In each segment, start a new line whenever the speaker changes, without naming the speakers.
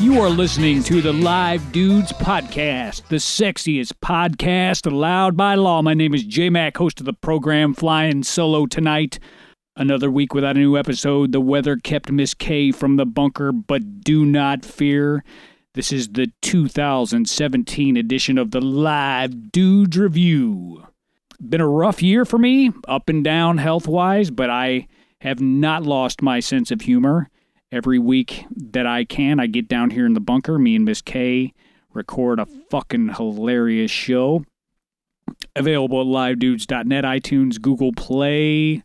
You are listening to the Live Dudes Podcast, the sexiest podcast allowed by law. My name is J Mac, host of the program, flying solo tonight. Another week without a new episode. The weather kept Miss K from the bunker, but do not fear. This is the 2017 edition of the Live Dudes Review. Been a rough year for me, up and down health wise, but I have not lost my sense of humor. Every week that I can, I get down here in the bunker. Me and Miss K record a fucking hilarious show. Available at livedudes.net, iTunes, Google Play,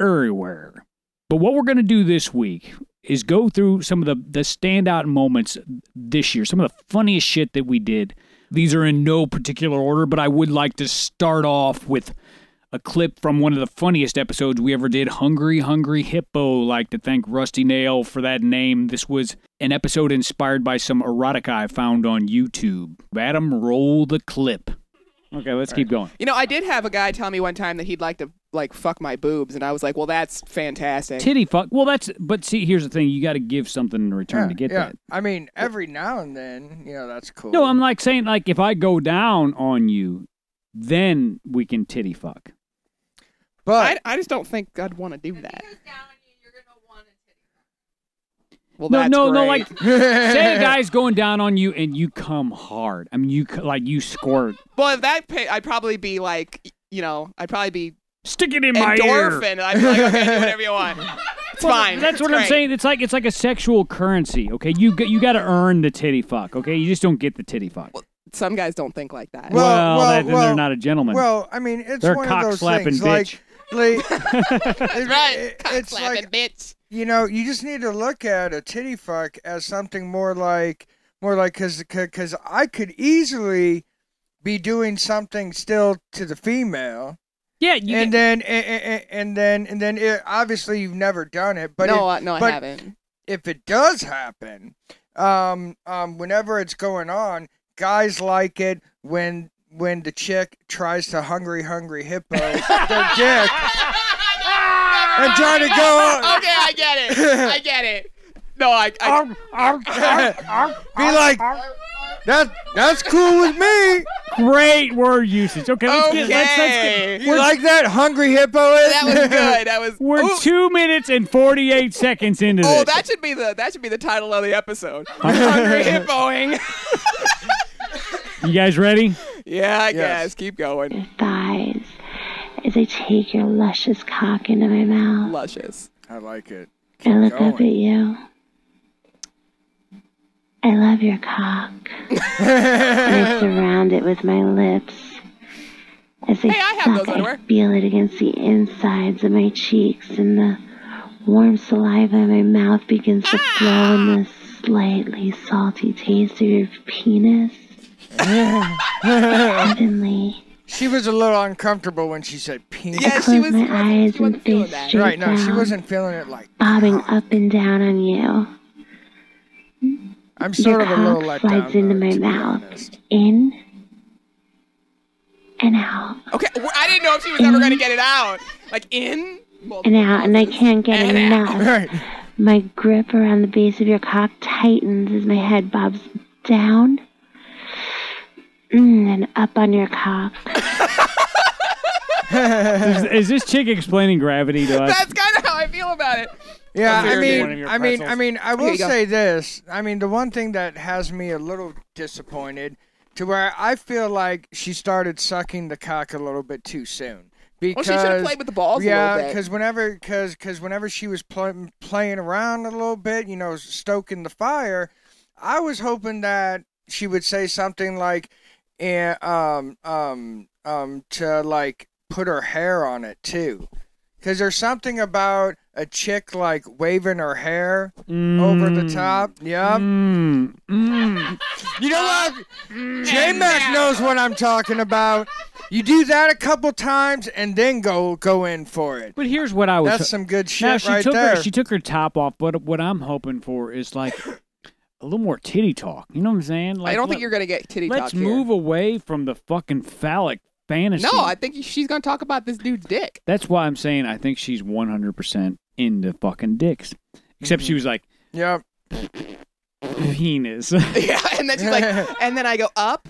everywhere. But what we're going to do this week is go through some of the, the standout moments this year, some of the funniest shit that we did. These are in no particular order, but I would like to start off with a clip from one of the funniest episodes we ever did Hungry Hungry Hippo. Like to thank Rusty Nail for that name. This was an episode inspired by some erotica I found on YouTube. Adam, roll the clip. Okay, let's keep going.
You know, I did have a guy tell me one time that he'd like to like fuck my boobs, and I was like, "Well, that's fantastic."
Titty fuck. Well, that's, but see, here's the thing you got to give something in return to get that.
I mean, every now and then, you know, that's cool.
No, I'm like saying, like, if I go down on you, then we can titty fuck.
but
I, I just don't think I'd want to do that. Well,
No,
that's
no, no,
great.
like, say a guy's going down on you and you come hard. I mean, you, c- like, you squirt.
well, if that pay, I'd probably be like, y- you know, I'd probably be
Stick it in my ear.
endorphin. and I'd be like, okay, do whatever you want. It's fine.
That's
It's
what I'm
great.
saying. It's like it's like a sexual currency. Okay, you g- you got to earn the titty fuck. Okay, you just don't get the titty fuck. Well,
Some guys don't think like that.
Well-
that, then
well,
they're not a gentleman.
well, I mean, it's
They're
one
cock
of those
slapping
things.
bitch.
Like, like,
That's
it-
right.
it-
Cock
it's
slapping
like
bitch.
you know, you just need to look at a titty fuck as something more like, more like, cause, cause, 'cause I could easily be doing something still to the female,
yeah, you get-
and then, and, and, and then, and then, it, obviously, you've never done it, but
no,
it-
I, no, I
but
haven't.
if it does happen, um, um, whenever it's going on, guys like it when when the chick tries to hungry hungry hippo their dick and trying to go
okay, I get it. I get it. No, I. I
oh,
on, be like that that's cool with me.
great word usage. Okay, let's get let's, let's get.
Okay.
You like that hungry hippo? Is?
That was good. That was.
We're
Ooh.
two minutes and forty eight seconds into this.
Oh, that should be the that should be the title of the episode. Hungry hippoing.
you guys ready?
yeah, I
Yes.
guess. Keep going.
thighs as I take your luscious cock into my mouth
Luscious.
I like it.
and look up at
going.
you. I love your cock. and I surround it with my lips as I,
Hey, I have those
suck,
underwear.
feel it against the insides of my cheeks and the warm saliva in my mouth begins to
Ah!
flow in the slightly salty taste of your penis. Heavenly.
She was a little uncomfortable when she said penis.
Yeah, she
Close
was.
my
she wasn't-
eyes
she wasn't
and
feeling
face
that.
straight
Right? No, she
down.
wasn't feeling it. Like
bobbing up and down on you.
I'm sort of a little
cock
let
slides
down.
into
though,
my
to be
mouth.
honest.
In and out.
Okay, well, I didn't know if she was ever gonna get it out. Like in.
And out, and I can't get
And out.
enough.
Right.
My grip around the base of your cock tightens as my head bobs down Mm, and up on your cock.
Is, is this chick explaining gravity to us?
That's kind of how I feel about it.
Yeah, I
Compared to one
of
mean,
your
I mean,
pretzels.
I mean, I
Here
will
you go.
say this. I mean, the one thing that has me a little disappointed to where I feel like she started sucking the cock a little bit too soon.
Well,
Because
she should have played with the balls a
yeah,
little bit.
because whenever, because because whenever she was pl- playing around a little bit, you know, stoking the fire, I was hoping that she would say something like, eh, um, um, um, to like put her hair on it too, because there's something about a chick like waving her hair over the top. Yeah,
Mm, mm.
you know
Uh,
what?
mm.
J Mac knows what I'm talking about. You do that a couple times and then go go in for it.
But here's what I was.
That's some good shit
Now she
right
took
there.
her she took her top off, but what I'm hoping for is like a little more titty talk. You know what I'm saying? Like,
I don't
let-
think you're gonna get titty talk
Let's
here.
move away from the fucking phallic fantasy.
No, I think she's gonna talk about this dude's dick.
that's why I'm saying I think she's
Mm-hmm.
100 percent into fucking dicks. Except she was like,
yep.
penis.
Yeah, and then she's like, and then I go up.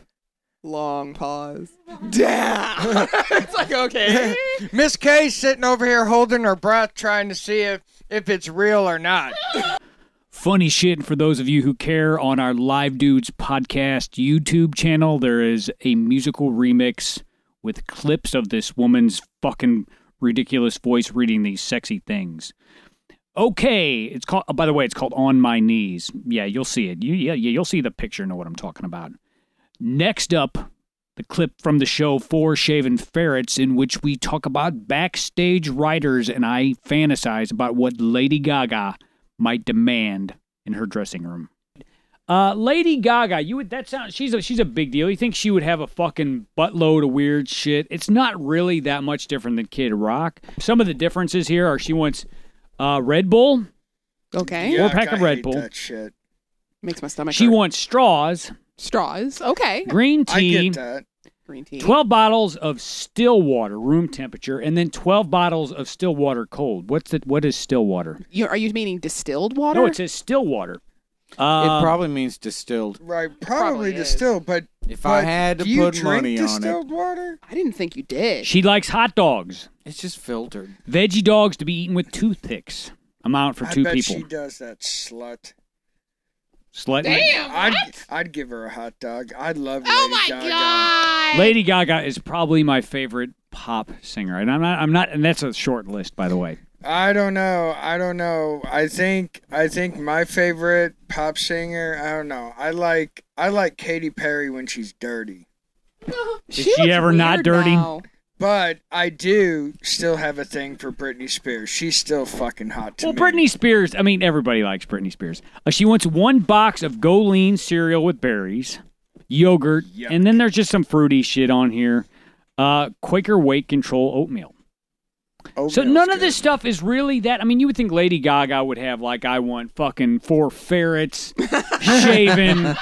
Long pause. Down. it's like okay.
Miss K sitting over here holding her breath, trying to see if, if it's real or not.
Funny shit for those of you who care on our Live Dudes podcast YouTube channel. There is a musical remix with clips of this woman's fucking ridiculous voice reading these sexy things. Okay, it's called. oh, by the way, it's called "On My Knees." Yeah, you'll see it. You, yeah, yeah, you'll see the picture. Know what I'm talking about. Next up, the clip from the show Four Shaven Ferrets, in which we talk about backstage writers and I fantasize about what Lady Gaga might demand in her dressing room. Uh, Lady Gaga, you would that sounds she's a she's a big deal. You think she would have a fucking buttload of weird shit? It's not really that much different than Kid Rock. Some of the differences here are she wants uh, Red Bull,
Okay.
Or a pack
Yuck,
of
I
Red
hate
Bull.
That shit.
Makes my stomach.
she
hurt.
wants straws,
straws. Okay.
green
I
tea,
get that.
Green tea.
12 bottles of still water room temperature and then 12 bottles of still water cold. What's it what is still water?
You, are you meaning distilled water?
No, it says still water.
it
Um,
probably means distilled.
Right, probably,
probably is.
distilled, but
If I
but
had to
do you
put
drink
money on it,
distilled water.
I didn't think you did.
she likes hot dogs.
it's just filtered.
Veggie dogs to be eaten with toothpicks. Amount for
I
two
bet
people.
she does that slut.
Slut.
I'd I'd give her a hot dog. I'd love.
oh
Lady
my
Gaga.
god.
Lady Gaga is probably my favorite pop singer, and I'm not. I'm not, and that's a short list, by the way.
I don't know. I don't know. I think I think my favorite pop singer. I don't know. I like I like Katy Perry when she's dirty,
Is
looks
she ever not
weird
dirty?
now.
but I do still have a thing for Britney Spears. She's still fucking hot to
Well,
me.
Britney Spears. I mean, everybody likes Britney Spears. Uh, she wants one box of Goleen cereal with berries, yogurt,
Yuck.
and then there's just some fruity shit on here. Uh, Quaker weight control oatmeal. So
Oatmeal's
none of
good.
this stuff is really that. I mean, you would think Lady Gaga would have like I want fucking four ferrets shaven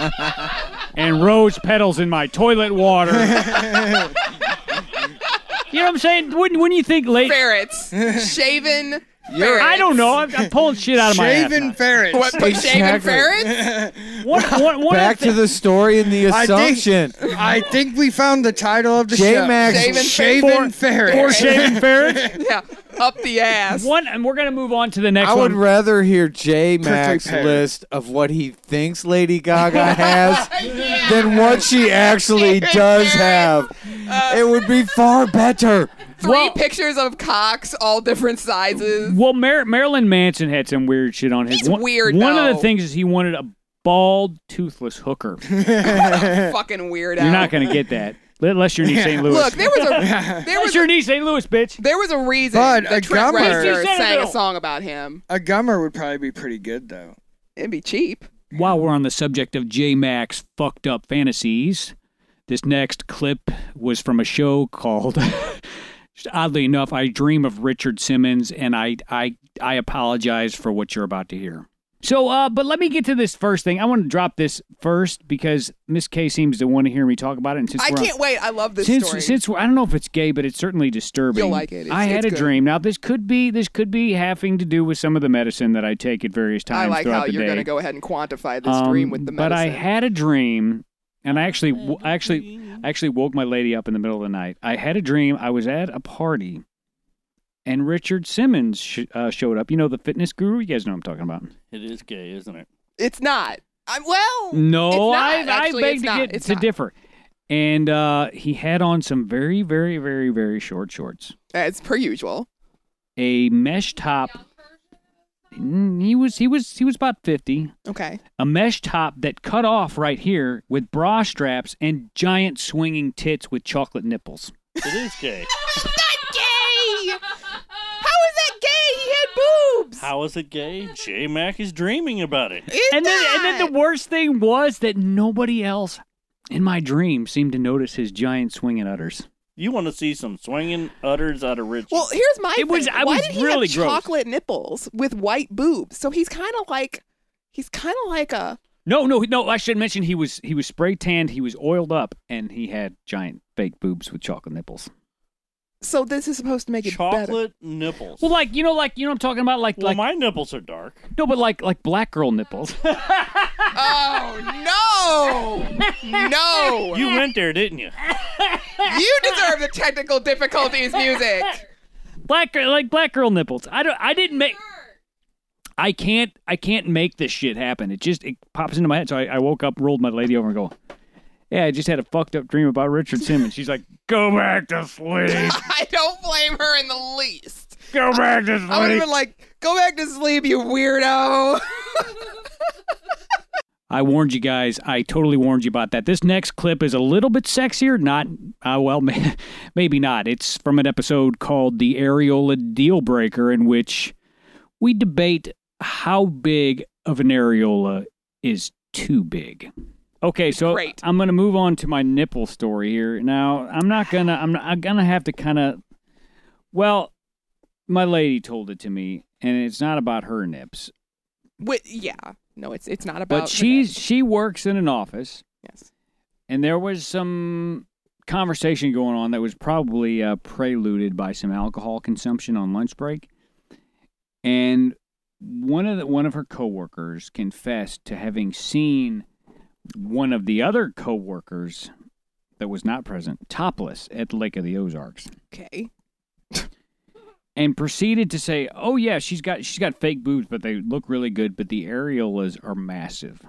and rose petals in my toilet water. you know what I'm saying? Wouldn't wouldn't you think Lady?
Ferrets. Shaven. ferrets.
I don't know. I'm, I'm pulling shit out of my ass.
shaven
now.
ferrets.
What, put shaven
Exactly.
ferrets?
One, one, one
Back
of
to the story and the
I
assumption.
think, I think we found the title of the show.
J-Max
Shaven
Shaven ferrets.
four shaven ferrets.
Yeah. Up the ass.
One, and we're gonna move on to the next
I would
one.
rather hear J Mac's
pair.
list of what he thinks Lady Gaga has than what she actually does have.
Uh,
it would be far better.
Three
Well-
pictures of cocks, all different sizes.
Well, Mar- Marilyn Manson had some weird shit on his.
He's
one,
weird,
One of
though.
the things is he wanted a bald, toothless hooker.
Fucking weirdo.
You're not gonna get that unless you're in St. Louis.
Look, there was a there
unless
was
you're
a,
in St. Louis, bitch.
there was a reason
Bud, a
that Trent
gummer.
Reznor
Fifty cent
sang a
bill.
song about him.
A gummer would probably be pretty good though.
It'd be cheap.
While we're on the subject of J Mac's fucked up fantasies, this next clip was from a show called. Oddly enough, I dream of Richard Simmons, and I, I, I apologize for what you're about to hear. So, uh, but let me get to this first thing. I want to drop this first because Miss K seems to want to hear me talk about it. And since
I
we're on-
can't wait. I love this
since
story.
since we're- I don't know if it's gay, but it's certainly disturbing.
You'll like it. It's-
I had
it's
a
good.
dream. Now this could be this could be having to do with some of the medicine that I take at various
I
times
like
throughout
how
the
you're
day.
going to go ahead and quantify this
Um,
dream with the medicine.
But I had a dream, and I actually w- I actually I actually woke my lady up in the middle of the night. I had a dream. I was at a party, and Richard Simmons sh- uh, showed up. You know the fitness guru. You guys know what I'm talking about.
It is gay, isn't it?
It's not. I'm well.
No,
it's not,
I,
actually,
I
it's
beg to
not.
get
It's
to
not.
differ. And uh, he had on some very, very, very, very short shorts.
As per usual.
a mesh top. Mm, He was he was he was about fifty.
Okay.
A mesh top that cut off right here with bra straps and giant swinging tits with chocolate nipples.
It is gay.
That's not gay. How is that gay? He had boobs.
How is it gay? J Mac is dreaming about it.
It's
and then and then
not.
the worst thing was that nobody else in my dream seemed to notice his giant swinging udders.
You want to see some swinging udders out of Richie?
Well, here's my
It was-
thing.
I
Why
was
did he
really
have
gross.
chocolate nipples with white boobs? So he's kind of like, he's kind of like a.
No, no, no. I should mention he was he was spray tanned, he was oiled up, and he had giant fake boobs with chocolate nipples.
So this is supposed to make it better.
Chocolate nipples.
Well, like you know, like you know, what I'm talking about like
Well,
like
my nipples are dark.
no, but like like black girl nipples.
Oh no! No!
You went there, didn't you?
You deserve the technical difficulties music.
black girl, like black girl nipples. I don't. I didn't make. I can't. I can't make this shit happen. It just it pops into my head. So I, I woke up, rolled my lady over, and go. Yeah, I just had a fucked up dream about Richard Simmons. She's like, "Go back to sleep.
I don't blame her in the least.
Go back to
I would have
sleep."
been like, "Go back to sleep, you weirdo."
I warned you guys. I totally warned you about that. This next clip is a little bit sexier. Not, uh, well, maybe not. It's from an episode called The Areola Deal Breaker, in which we debate how big of an areola is too big. Okay, so
Great.
I'm going to move on to my nipple story here. Now, I'm not going to, I'm, not- I'm going to have to kind of, well, my lady told it to me, and it's not about her nips,
Wait, yeah. No, it's it's not about.
but
her
she's,
name.
she works in an office.
yes.
and there was some conversation going on that was probably uh, preluded by some alcohol consumption on lunch break, and one of the, one of her coworkers confessed to having seen one of the other coworkers that was not present topless at Lake of the Ozarks
Okay.
and proceeded to say, "Oh yeah, she's got she's got fake boobs, but they look really good, but the areolas are massive."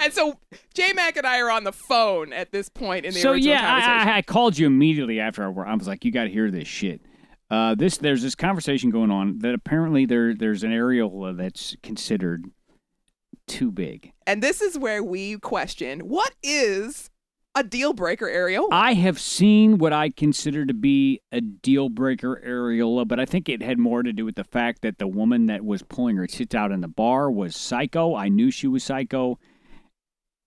And so J Mac and I are on the phone at this point in the
so
original
yeah,
conversation.
I, I, I called you immediately after I, I was like, you got to hear this shit. Uh, this there's this conversation going on that apparently there there's an areola that's considered too big.
and this is where we question what is a deal breaker areola?
I have seen what I consider to be a deal breaker areola, but I think it had more to do with the fact that the woman that was pulling her tits out in the bar was psycho. I knew she was psycho.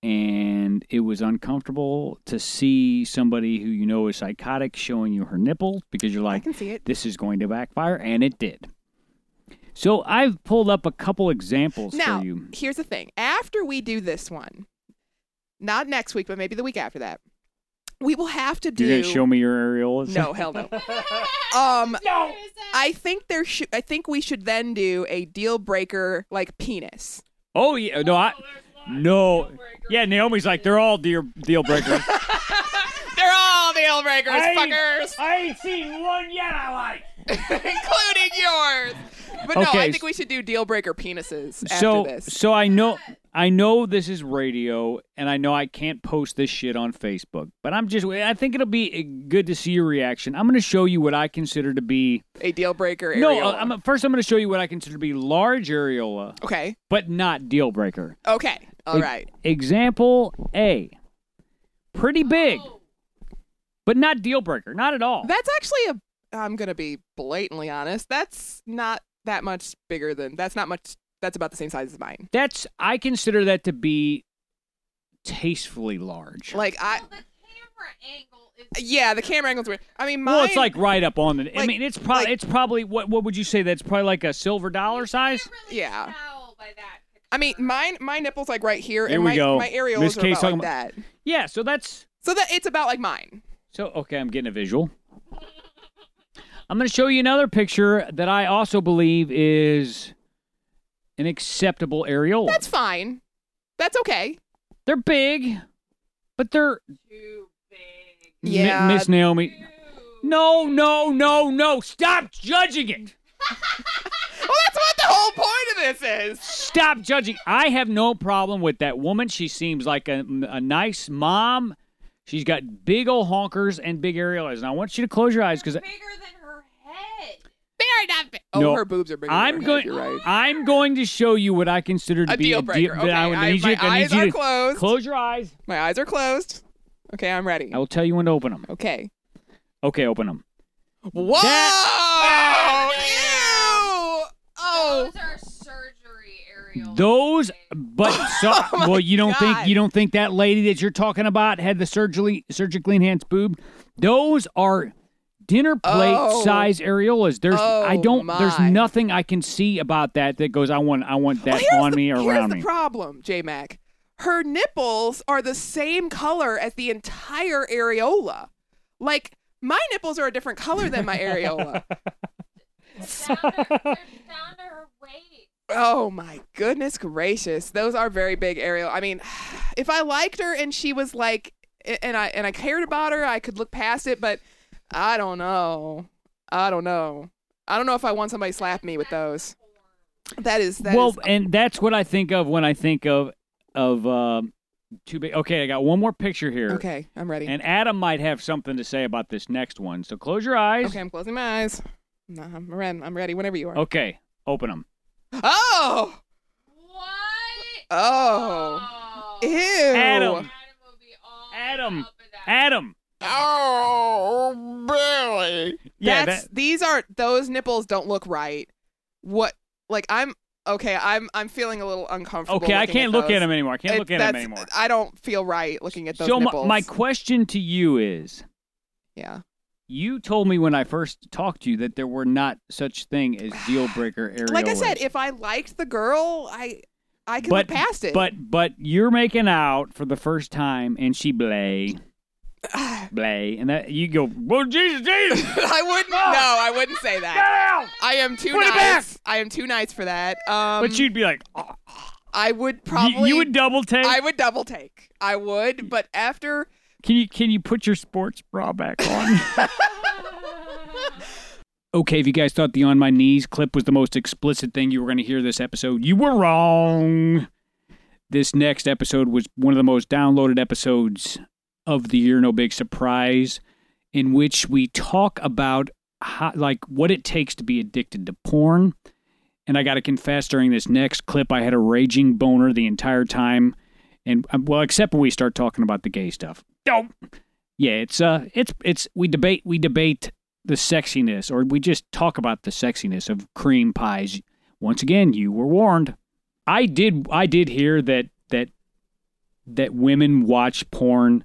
And it was uncomfortable to see somebody who you know is psychotic showing you her nipple because you're
I
like,
can see it.
this is going to backfire, and it did. So I've pulled up a couple examples
Now,
for you.
here's the thing. After we do this one, not next week, but maybe the week after that, we will have to do.
You're gonna show me your areolas?
No, hell no. um, no. I think there should. I think we should then do a deal breaker like penis.
Oh yeah, no, I, no. Yeah, Naomi's like they're all deal deal breakers.
They're all deal breakers, fuckers,
I ain't seen one yet. I like.
including yours. But no, I
Okay,
think we should do deal breaker penises after
So
this.
so I know I know this is radio, and I know I can't post this shit on Facebook, but I'm just I think it'll be eh, good to see your reaction. I'm gonna show you what I consider to be
A deal breaker
no.
areola.
uh, I'm, first, I'm gonna show you what I consider to be large areola,
okay.
but not deal breaker.
Okay. All
Ex-
right.
Example A. Pretty big, but not deal breaker. Not at all.
That's actually a. I'm gonna be blatantly honest. That's not that much bigger than. That's not much. That's about the same size as mine.
That's I consider that to be tastefully large.
Like I. Uh, Yeah, the camera angle's weird. I mean, mine.
well, it's like right up on the. I
like-
mean, it's probably
like-
it's probably what what would you say? That's probably like a silver dollar size.
Yeah. I mean, mine. My nipples like right here,
Here
and
we
my
go.
my areolas
Miss
are
Kay's
about
talking
like that.
Yeah, so that's
So that it's about like mine.
so okay. I'm getting a visual. I'm going to show you another picture that I also believe is an acceptable areola.
That's fine. That's okay.
They're big, but they're too big.
Yeah.
Miss Naomi. No, no, no, no! Stop judging it.
Well, Oh, that's what the whole point of this is.
Stop judging. I have no problem with that woman. She seems like a, a nice mom. She's got big old honkers and big areolas. And I want you to close your eyes because
They're not. Big. Oh,
No,
her boobs are bigger.
I'm
than her head,
going.
You're right.
I'm going to show you what I consider to
A
be
deal
a deal.
breaker.
but
Okay,
I would
I-
need you,
my
I need
eyes
you
are
to
closed.
Close your eyes.
My eyes are closed. Okay, I'm ready.
I will tell you when to open them.
Okay.
Okay, open them.
Whoa! Ew! Oh,
Those are surgery aerial.
Those, but so
Oh my
well, you don't think
God.
you don't think that lady that you're talking about had the surgically surgically enhanced boob. Those are dinner plate
Oh.
size areolas. There's I
Oh,
don't there's
my.
nothing I can see about that that goes I want I want
Well,
that
here's
on
the-
me or
Here's
around
the
me.
problem, J Mac. Her nipples are the same color as the entire areola. Like my nipples are a different color than my areola.
They're down to her weight.
Oh my goodness gracious. Those are very big Ariel. I mean, if I liked her and she was like and I and I cared about her, I could look past it, but I don't know. I don't know. I don't know if I want somebody to slap me with those. That is that is
well, and that's what I think of when I think of of um too big. Okay, I got one more picture here.
Okay, I'm ready.
And Adam might have something to say about this next one. So close your eyes.
okay, I'm closing my eyes. No, I'm ready. I'm ready whenever you are.
Okay, open them.
Oh!
What?
Oh. Ew.
Adam.
Adam will be all
Adam.
up in that.
Adam.
Oh, Billy.
Yeah,
That's
that-
these are those nipples don't look right. What like I'm okay, I'm I'm feeling a little uncomfortable.
Okay, I
looking
can't
at
look at
those.
him anymore. I can't
It-
look at him
that's-
anymore.
I don't feel right looking at those
so my,
nipples.
my question to you is:
yeah.
You told me when I first talked to you that there were not such thing as deal breaker areolas.
Like I said, if I liked the girl, I I could
but
look past it.
but but you're making out for the first time, and she blay, blay, and that you go, well, Jesus, Jesus, get
I wouldn't. No, I wouldn't say that.
out!
I am too
Put it
nice. I am too nice for that. Um,
but you'd be like, oh, you-
I would
you,
probably.
would double take.
I would double take. I would, but after
Can you can you put your sports bra back on? okay, if you guys thought the on my knees clip was the most explicit thing you were going to hear this episode, you were wrong. This next episode was one of the most downloaded episodes of the year. No big surprise, in which we talk about how, like what it takes to be addicted to porn. And I got to confess, during this next clip, I had a raging boner the entire time and um, well, except when we start talking about the gay stuff. Don't. Yeah, it's uh, it's it's we debate we debate the sexiness, or we just talk about the sexiness of cream pies. Once again, you were warned. I did I did hear that that that women watch porn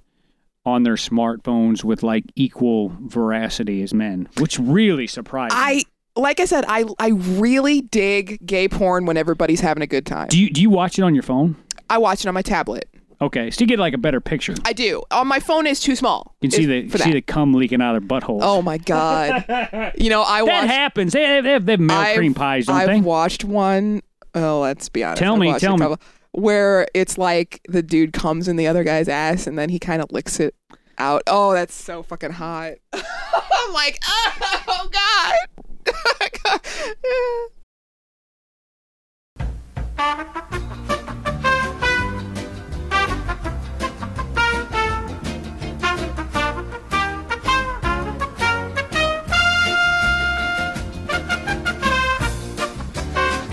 on their smartphones with like equal veracity as men, which really surprised me.
I, like I said, I I really dig gay porn when everybody's having a good time.
Do you do you watch it on your phone?
I watch it on my tablet.
Okay, so you get like a better picture.
I do. On my phone is too small.
You can see the
It's- for
see the
that.
cum leaking out of their buttholes.
Oh my god. you know I
That
watched.
happens. They have, they have, they have milk cream pies, don't
I've
they?
watched one. Oh, let's be honest.
Tell
I've
me,
watched a
tell me.
couple- Where it's like the dude comes in the other guy's ass and then he kind of licks it out. Oh, that's so fucking hot. I'm like, oh god.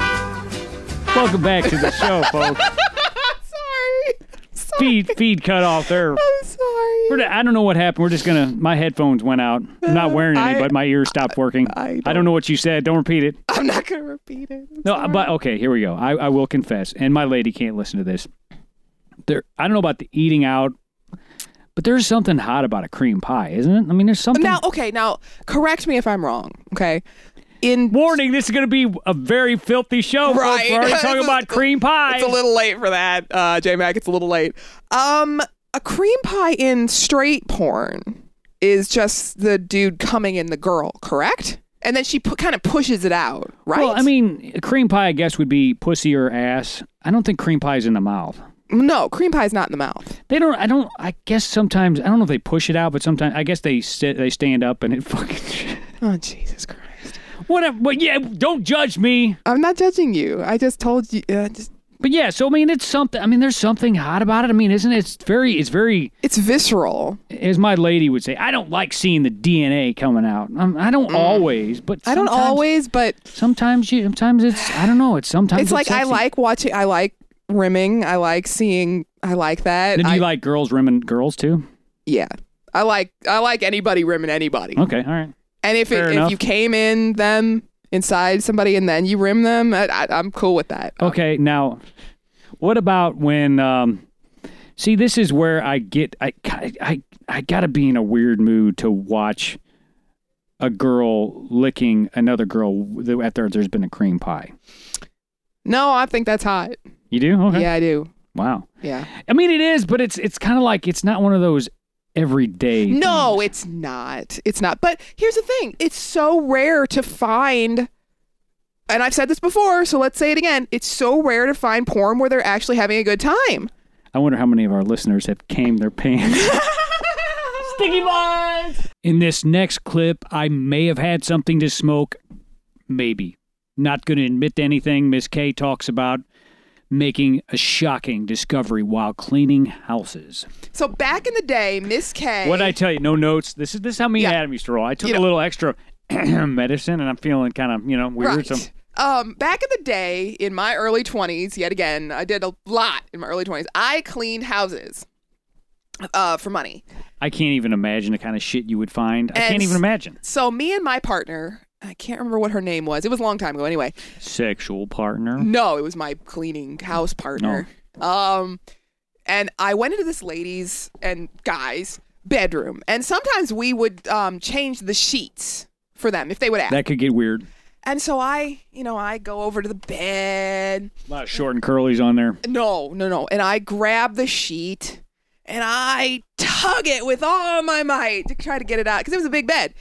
Welcome back to the show, folks.
sorry. Sorry.
feed feed cut off there.
I'm sorry.
We're- I don't know what happened. We're just gonna. My headphones went out. I'm not wearing any,
I-
but my ears stopped working.
I don't-
know what you said. Don't repeat it.
I'm not gonna repeat it. I'm
No,
sorry.
but okay. Here we go. I, I will confess, and my lady can't listen to this. There, I don't know about the eating out, but there's something hot about a cream pie, isn't it? I mean, there's something.
now, okay, now correct me if I'm wrong. Okay, in
Warning: This is going to be a very filthy show. folks.
Right.
Oh, We're already
It's
talking
a-
about cream pie.
It's a little late for that, uh, J Mac. It's a little late. Um, a cream pie in straight porn is just the dude coming in the girl, correct? And then she pu- kind of pushes it out, right?
Well, I mean, cream pie, I guess, would be pussy or ass. I don't think cream pie's in the mouth.
no, cream pie's not in the mouth.
They don't. I don't. I guess sometimes I don't know if they push it out, but sometimes I guess they sit, they stand up and it fucking.
Oh Jesus Christ!
Whatever. But yeah, don't judge me.
I'm not judging you. I just told you. Uh, just
But yeah, so I mean, it's something. I mean, there's something hot about it. I mean, isn't it? It's very. It's very.
it's visceral.
As my lady would say, I don't like seeing the DNA coming out. I'm, I don't always, but
Mm. I don't
sometimes-
always, but
Sometimes you. Sometimes it's. I don't know. It's sometimes.
it's like I
sexy.
like watching. I like rimming. I like seeing. I like that.
Then do you
I-
like girls rimming girls too?
yeah. I like I like anybody rimming anybody.
Okay, all right.
And if
Fair
it,
enough.
if you came in them inside somebody and then you rim them, I, I, I'm cool with that. Um,
Okay, now, what about when? Um, see, this is where I get I I I gotta be in a weird mood to watch a girl licking another girl th- after there's been a cream pie.
No, I think that's hot.
You do? Okay.
Yeah, I do.
Wow.
Yeah.
I mean, it is, but it's it's kind of like it's not one of those everyday.
No,
things.
it's not. It's not. But here's the thing: it's so rare to find and I've said this before, so let's say it again. It's so rare to find porn where they're actually having a good time.
I wonder how many of our listeners have came their pants.
Sticky boys.
In this next clip, I may have had something to smoke. Maybe. Not going to admit to anything. Miss K talks about making a shocking discovery while cleaning houses.
So back in the day, Miss K.
What I tell you, no notes. This is this is how me
Yeah.
and Adam used to roll. I took
You
a
know.
little extra medicine, and I'm feeling kind of you know weird.
Right.
So
Um, back in the day, in my early 20s, yet again, I did a lot in my early 20s. I cleaned houses uh, for money.
I can't even imagine the kind of shit you would find. I
And
can't even
s-
imagine.
So me and my partner, I can't remember what her name was. It was a long time ago anyway.
Sexual partner.
No, it was my cleaning house partner. Um, and I went into this lady's and guy's bedroom, and sometimes we would um, change the sheets for them if they would ask.
That could get weird.
and so I, you know, I go over to the bed.
A lot of short and curlies on there.
No, no, no. And I grab the sheet and I tug it with all my might to try to get it out because it was a big bed.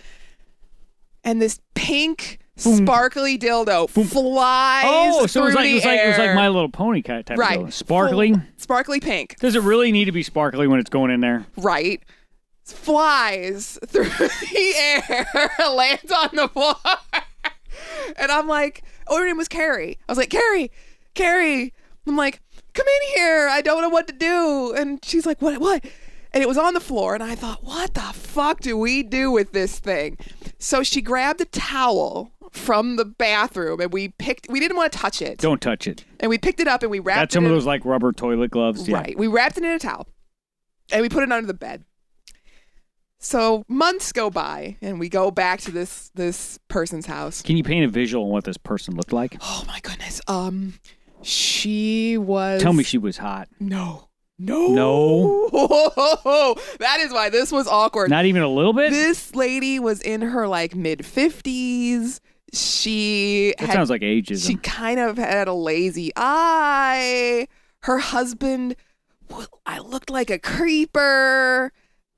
And this pink, sparkly dildo flies
Oh, so it
through
was like
the
it was like, it was like
air.
My Little Pony ki- type
Right.
of deal. Sparkling.
Full- sparkly pink.
Does it really need to be sparkly when it's going in there?
Right. Flies through the air, lands on the floor. And I'm like, oh, her name was Carrie. I was like, Carrie, Carrie. I'm like, come in here. I don't know what to do. And she's like, what, what? And it was on the floor. And I thought, what the fuck do we do with this thing? So she grabbed a towel from the bathroom and we picked, we didn't want to touch it.
Don't touch it.
And we picked it up and we wrapped
Got
it
some of
in-
those like rubber toilet gloves. Yeah.
Right. We wrapped it in a towel and we put it under the bed. So months go by and we go back to this this person's house.
Can you paint a visual on what this person looked like?
Oh my goodness. Um she was
Tell me she was hot.
No. No.
No.
that is why this was awkward.
Not even a little bit.
this lady was in her like mid 50s. She
that
had
sounds like ageism.
She kind of had a lazy eye. Her husband, well, I looked like a creeper.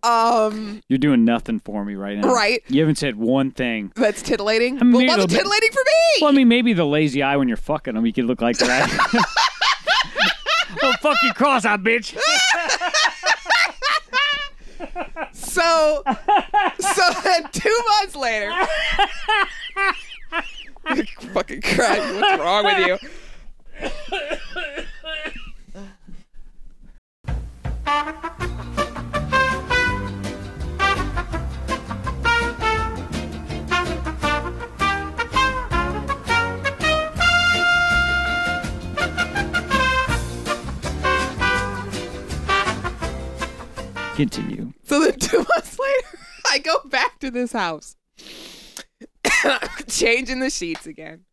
Um,
You're doing nothing for me right now.
Right.
You haven't said one thing.
that's titillating.
I'm
Well, it
made
wasn't
of-
titillating for me.
Well, I mean, maybe the lazy eye when you're fucking them, you could look like that. oh, fuck you, cross eye bitch.
So, so then two months later, fucking crying. What's wrong with you?
Continue.
So then two months later, I go back to this house, changing the sheets again.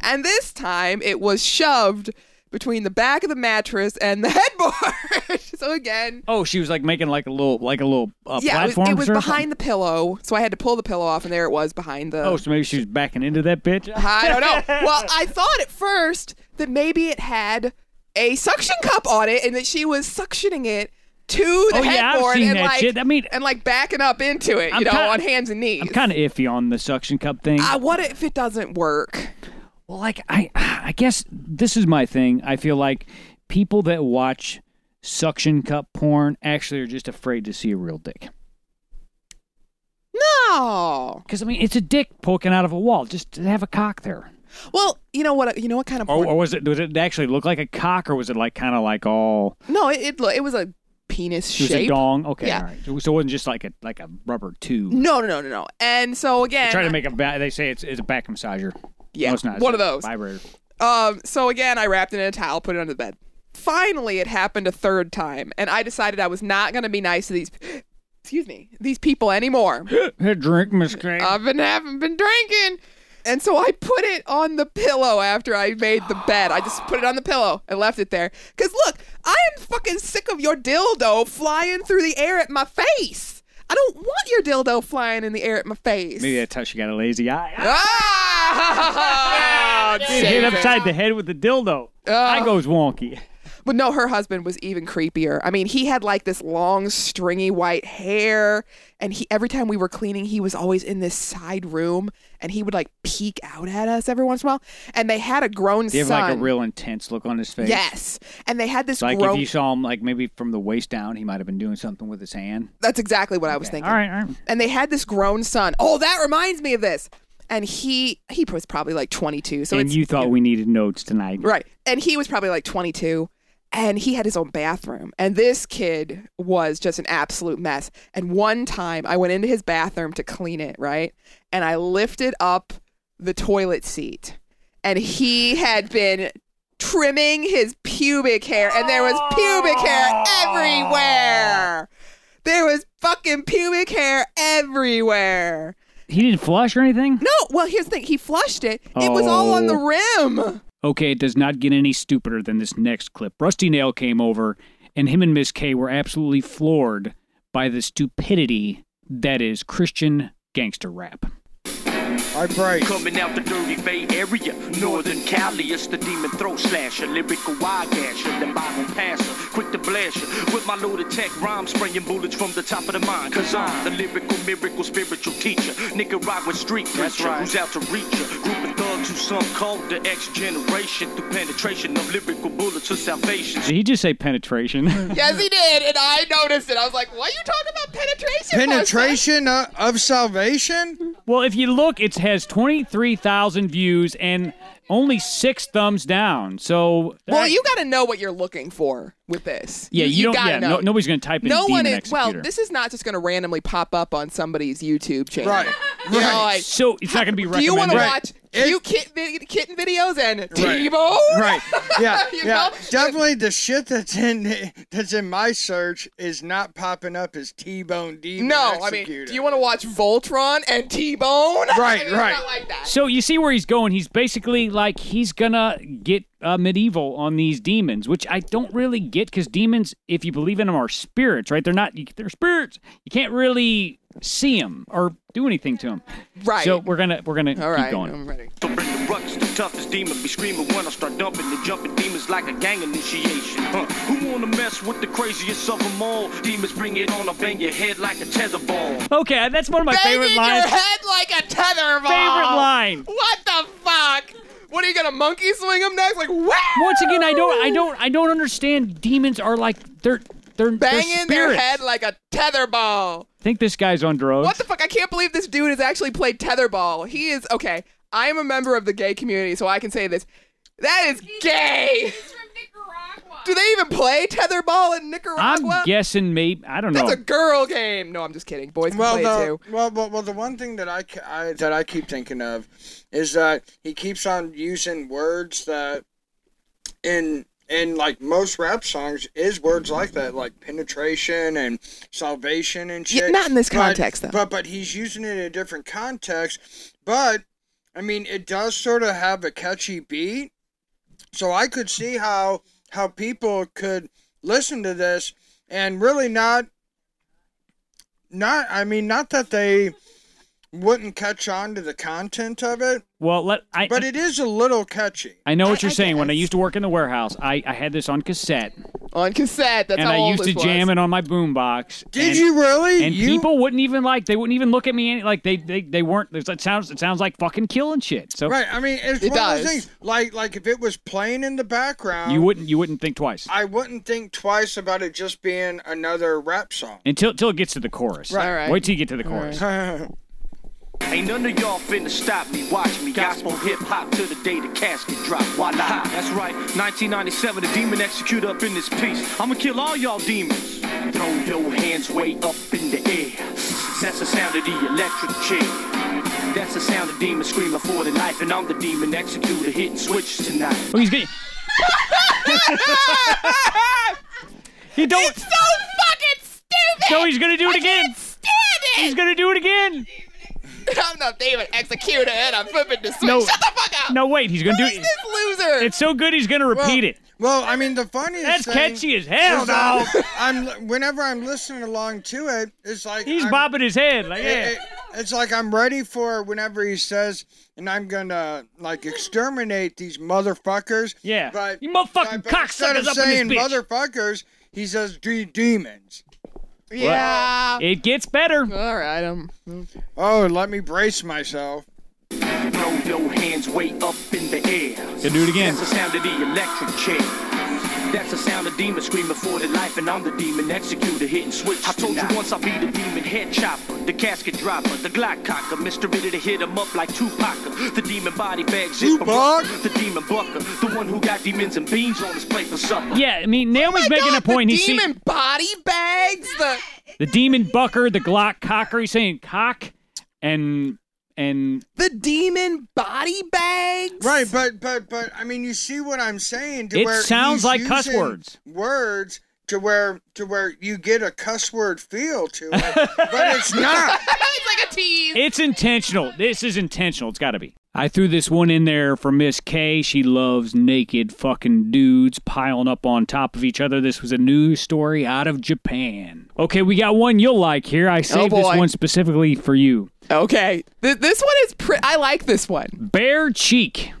And this time it was shoved between the back of the mattress and the headboard. so again,
Oh, she was like making like a little like a little uh,
yeah, it was,
platform.
it was
or
behind the pillow. So I had to pull the pillow off, and there it was behind the.
something? Oh, so maybe she was backing into that bitch.
I don't know. Well, I thought at first that maybe it had a suction cup on it and that she was suctioning it to the
Oh, yeah, I've
headboard
seen
and
that
like
shit. I mean-
and like backing up into it, you
I'm
know,
kinda-
on hands and knees.
I'm kind of iffy on the suction cup thing.
Ah, what if it doesn't work?
Well, like I, I guess this is my thing. I feel like people that watch suction cup porn actually are just afraid to see a real dick.
No.
Because I mean, it's a dick poking out of a wall. Just to have a cock there.
Well, you know what? You know what kind of
Or,
porn?
or was it? Did it actually look like a cock, or was it like kind of like all?
No, it it, lo- it was a penis
oh. It was a
shape.
dong. Okay,
Yeah.
all right. So, so it wasn't just like a like a rubber tube.
No, no, no, no, no. And so
They
again,
try to make a back. They say it's, it's a back massager.
yeah,
no, it's not. It's
one
a
of those.
vibrator.
Um, so again, I wrapped it in a towel, put it under the bed. Finally, it happened a third time, and I decided I was not going to be nice to these, excuse me, these people anymore.
Hey, drink mistake.
I've been haven't been drinking, and so I put it on the pillow after I made the bed. I just put it on the pillow and left it there. Cause look, I am fucking sick of your dildo flying through the air at my face. I don't want your dildo flying in the air at my face.
Maybe that's how she got a lazy eye.
Ah!
Dude, hit upside the head with the dildo.
Oh.
Eye goes wonky.
But no, her husband was even creepier. I mean, he had like this long, stringy white hair, and he every time we were cleaning, he was always in this side room, and he would like peek out at us every once in a while. And they had a grown
They have
son.
like a real intense look on his face.
yes, and they had this
It's like
grown.
if you saw him, like maybe from the waist down, he might have been doing something with his hand.
That's exactly what I was
All
thinking.
right, all right.
and they had this grown son. Oh, that reminds me of this. And he he was probably like 22. So
and
it's
you thought we needed notes tonight.
right. And he was probably like 22 and he had his own bathroom. And this kid was just an absolute mess. And one time I went into his bathroom to clean it, right? And I lifted up the toilet seat and he had been trimming his pubic hair and there was pubic hair everywhere. There was fucking pubic hair everywhere.
He didn't flush or anything?
No, well, here's the thing. He flushed it. It was all on the rim.
Okay, it does not get any stupider than this next clip. Rusty Nail came over, and him and Miss K were absolutely floored by the stupidity that is Christian gangster rap.
I break.
Coming out the dirty Bay Area, Northern Cali, it's the demon throat slasher, lyrical wire gasher, the Bible passer, quick to blast you with my loaded tech rhyme, spraying bullets from the top of the mind. Cause I'm the lyrical, miracle, spiritual teacher, Nicaraguan street preacher, who's out to reach ya. Group of thugs who some call the X generation through penetration of lyrical bullets to salvation.
Did he just say penetration?
Yes, he did. And I noticed it. I was like, what are you talking about penetration?
Penetration of, of salvation?
well, if you look, it has 23,000 views and only six thumbs down. So.
Well, you got to know what you're looking for with this.
Yeah, you, don't.
gotta
Yeah,
know.
no, nobody's going to type in
No
demon
one is.
executor.
Well, this is not just going to randomly pop up on somebody's YouTube channel.
Right.
You know,
Right.
like,
so it's not going to be
do
recommended.
you want to
Right.
watch
It-
cute kit, vid- kitten videos and T-bone?
Right. Yeah.
You
yeah.
know?
Definitely the shit that's in that's in my search is not popping up as T Bone Demon.
No, I mean,
executor.
do you want to watch Voltron and T-bone?
Right,
I mean, it's
right.
Not like that.
So you see where he's going. He's basically like he's gonna get uh, medieval on these demons, which I don't really get because demons, if you believe in them, are spirits, right? They're not. They're spirits. You can't really see them or do anything to them.
Right.
So we're gonna we're gonna
All
keep
right,
going.
I'm ready.
So bring the ruckus, the toughest demon be screaming when I start dumping the jumping demons like a gang initiation. Huh. Who wanna mess with the craziest of them all? Demons bring it on, I bang your head like a tetherball.
Okay, uh, that's one of my
Banging
favorite lines.
your head like a tether ball.
Favorite line.
What the fuck? What are you gonna monkey swing him next? Like what?
Once again, I don't I don't I don't understand. Demons are like they're they're they're
banging their
spirits.
head like a tetherball.
I think this guy's on drugs.
What the fuck? I can't believe this dude has actually played tetherball. He is okay. I am a member of the gay community, so I can say this. That is gay.
He's from Nicaragua.
Do they even play tetherball in
I'm
Nicaragua?
guessing maybe I don't know.
That's a girl game. No, I'm just kidding. Boys can
Well,
play it
the,
too.
well, well, well, the one thing that I, ca- I- that I keep thinking of is that he keeps on using words that in in like most rap songs is words like that, like penetration and salvation and
Yeah,
shit.
not in this
But-
context, though.
But but he's using it in a different context. But I mean, it does sort of have a catchy beat, so I could see how how people could listen to this and really not not i mean not that they wouldn't catch on to the content of it
well, let I
but it is a little catchy
I know what
I-
you're
I
saying. When I
guess.
used to work in the warehouse, I, I had this on cassette,
On cassette. That's
and
how
I
old
used to
this
jam
was.
it on my boombox.
did
and,
you really
And
you
people wouldn't even like. They wouldn't even look at me. Any, like they, they they weren't. there's- It sounds it sounds like fucking killing shit. So
right i mean it's
It
one of
does.
those things like like if it was playing in the background
you wouldn't you wouldn't think twice
i wouldn't think twice about it just being another rap song
until until it gets to the chorus.
Right. All right.
Wait till you get to the chorus.
Ain't none of y'all finna stop me, watch me. Gospel hip hop till the day the casket drop. Voila. That's right, 1997, the demon execute up in this piece. I'ma kill all y'all demons. Throw your hands way up in the air. That's the sound of the electric chair. That's the sound of demons screaming for the knife, and I'm the demon executor hitting switches tonight.
Oh, he's getting. he don't.
So fucking stupid.
No, he's gonna do it again. He's
Stand it.
gonna do it again.
I'm not David Executor, and I'm flipping the switch.
No.
Shut the fuck up.
No, wait. He's gonna do
Who's
it.
this loser?
It's so good. He's gonna repeat it.
well i mean the funniest
That's
thing
catchy as hell,
is that
dog.
i'm whenever i'm listening along to it it's like
He's
I'm-
bobbing his head like
it,
yeah.
it- It's like I'm ready for whenever he says, and I'm gonna like exterminate these motherfuckers.
Yeah.
But,
You motherfucking
but instead
cocksuckers
of
up in this
saying
bitch.
motherfuckers, he says de- demons.
Yeah.
It gets better.
Ah. All right. Um.
Oh, let me brace myself.
Throw your hands way up in the air.
Can do it again.
That's the sound of the electric chair. That's the sound of demons screaming for their life, and I'm the demon executor hitting switch. I told you once I'll be the demon head chopper, the casket dropper, the Glock cocker, Mr. Ready to hit 'em up like Tupac, the demon body bag zipper,
Tupac?
the demon bucker, the one who got demons and beans on his plate for supper.
Yeah, I mean Naomi's
Oh My
making
God,
a point.
The
He's
demon
see-
body bags. The
the demon bucker, the Glock cocker. He's saying cock and and
the demon body bags.
Right, but but but I mean, you see what I'm saying? To
It
where
sounds
he's
like cuss
using
words.
Words to where to where you get a cuss word feel to it, but it's not.
it's like a tease.
It's intentional. This is intentional. It's got to be. I threw this one in there for Miss K. She loves naked fucking dudes piling up on top of each other. This was a news story out of Japan. Okay, we got one you'll like here. I saved this
boy.
one specifically for you.
Okay. Th- this one is pretty. I like this one.
Bare cheek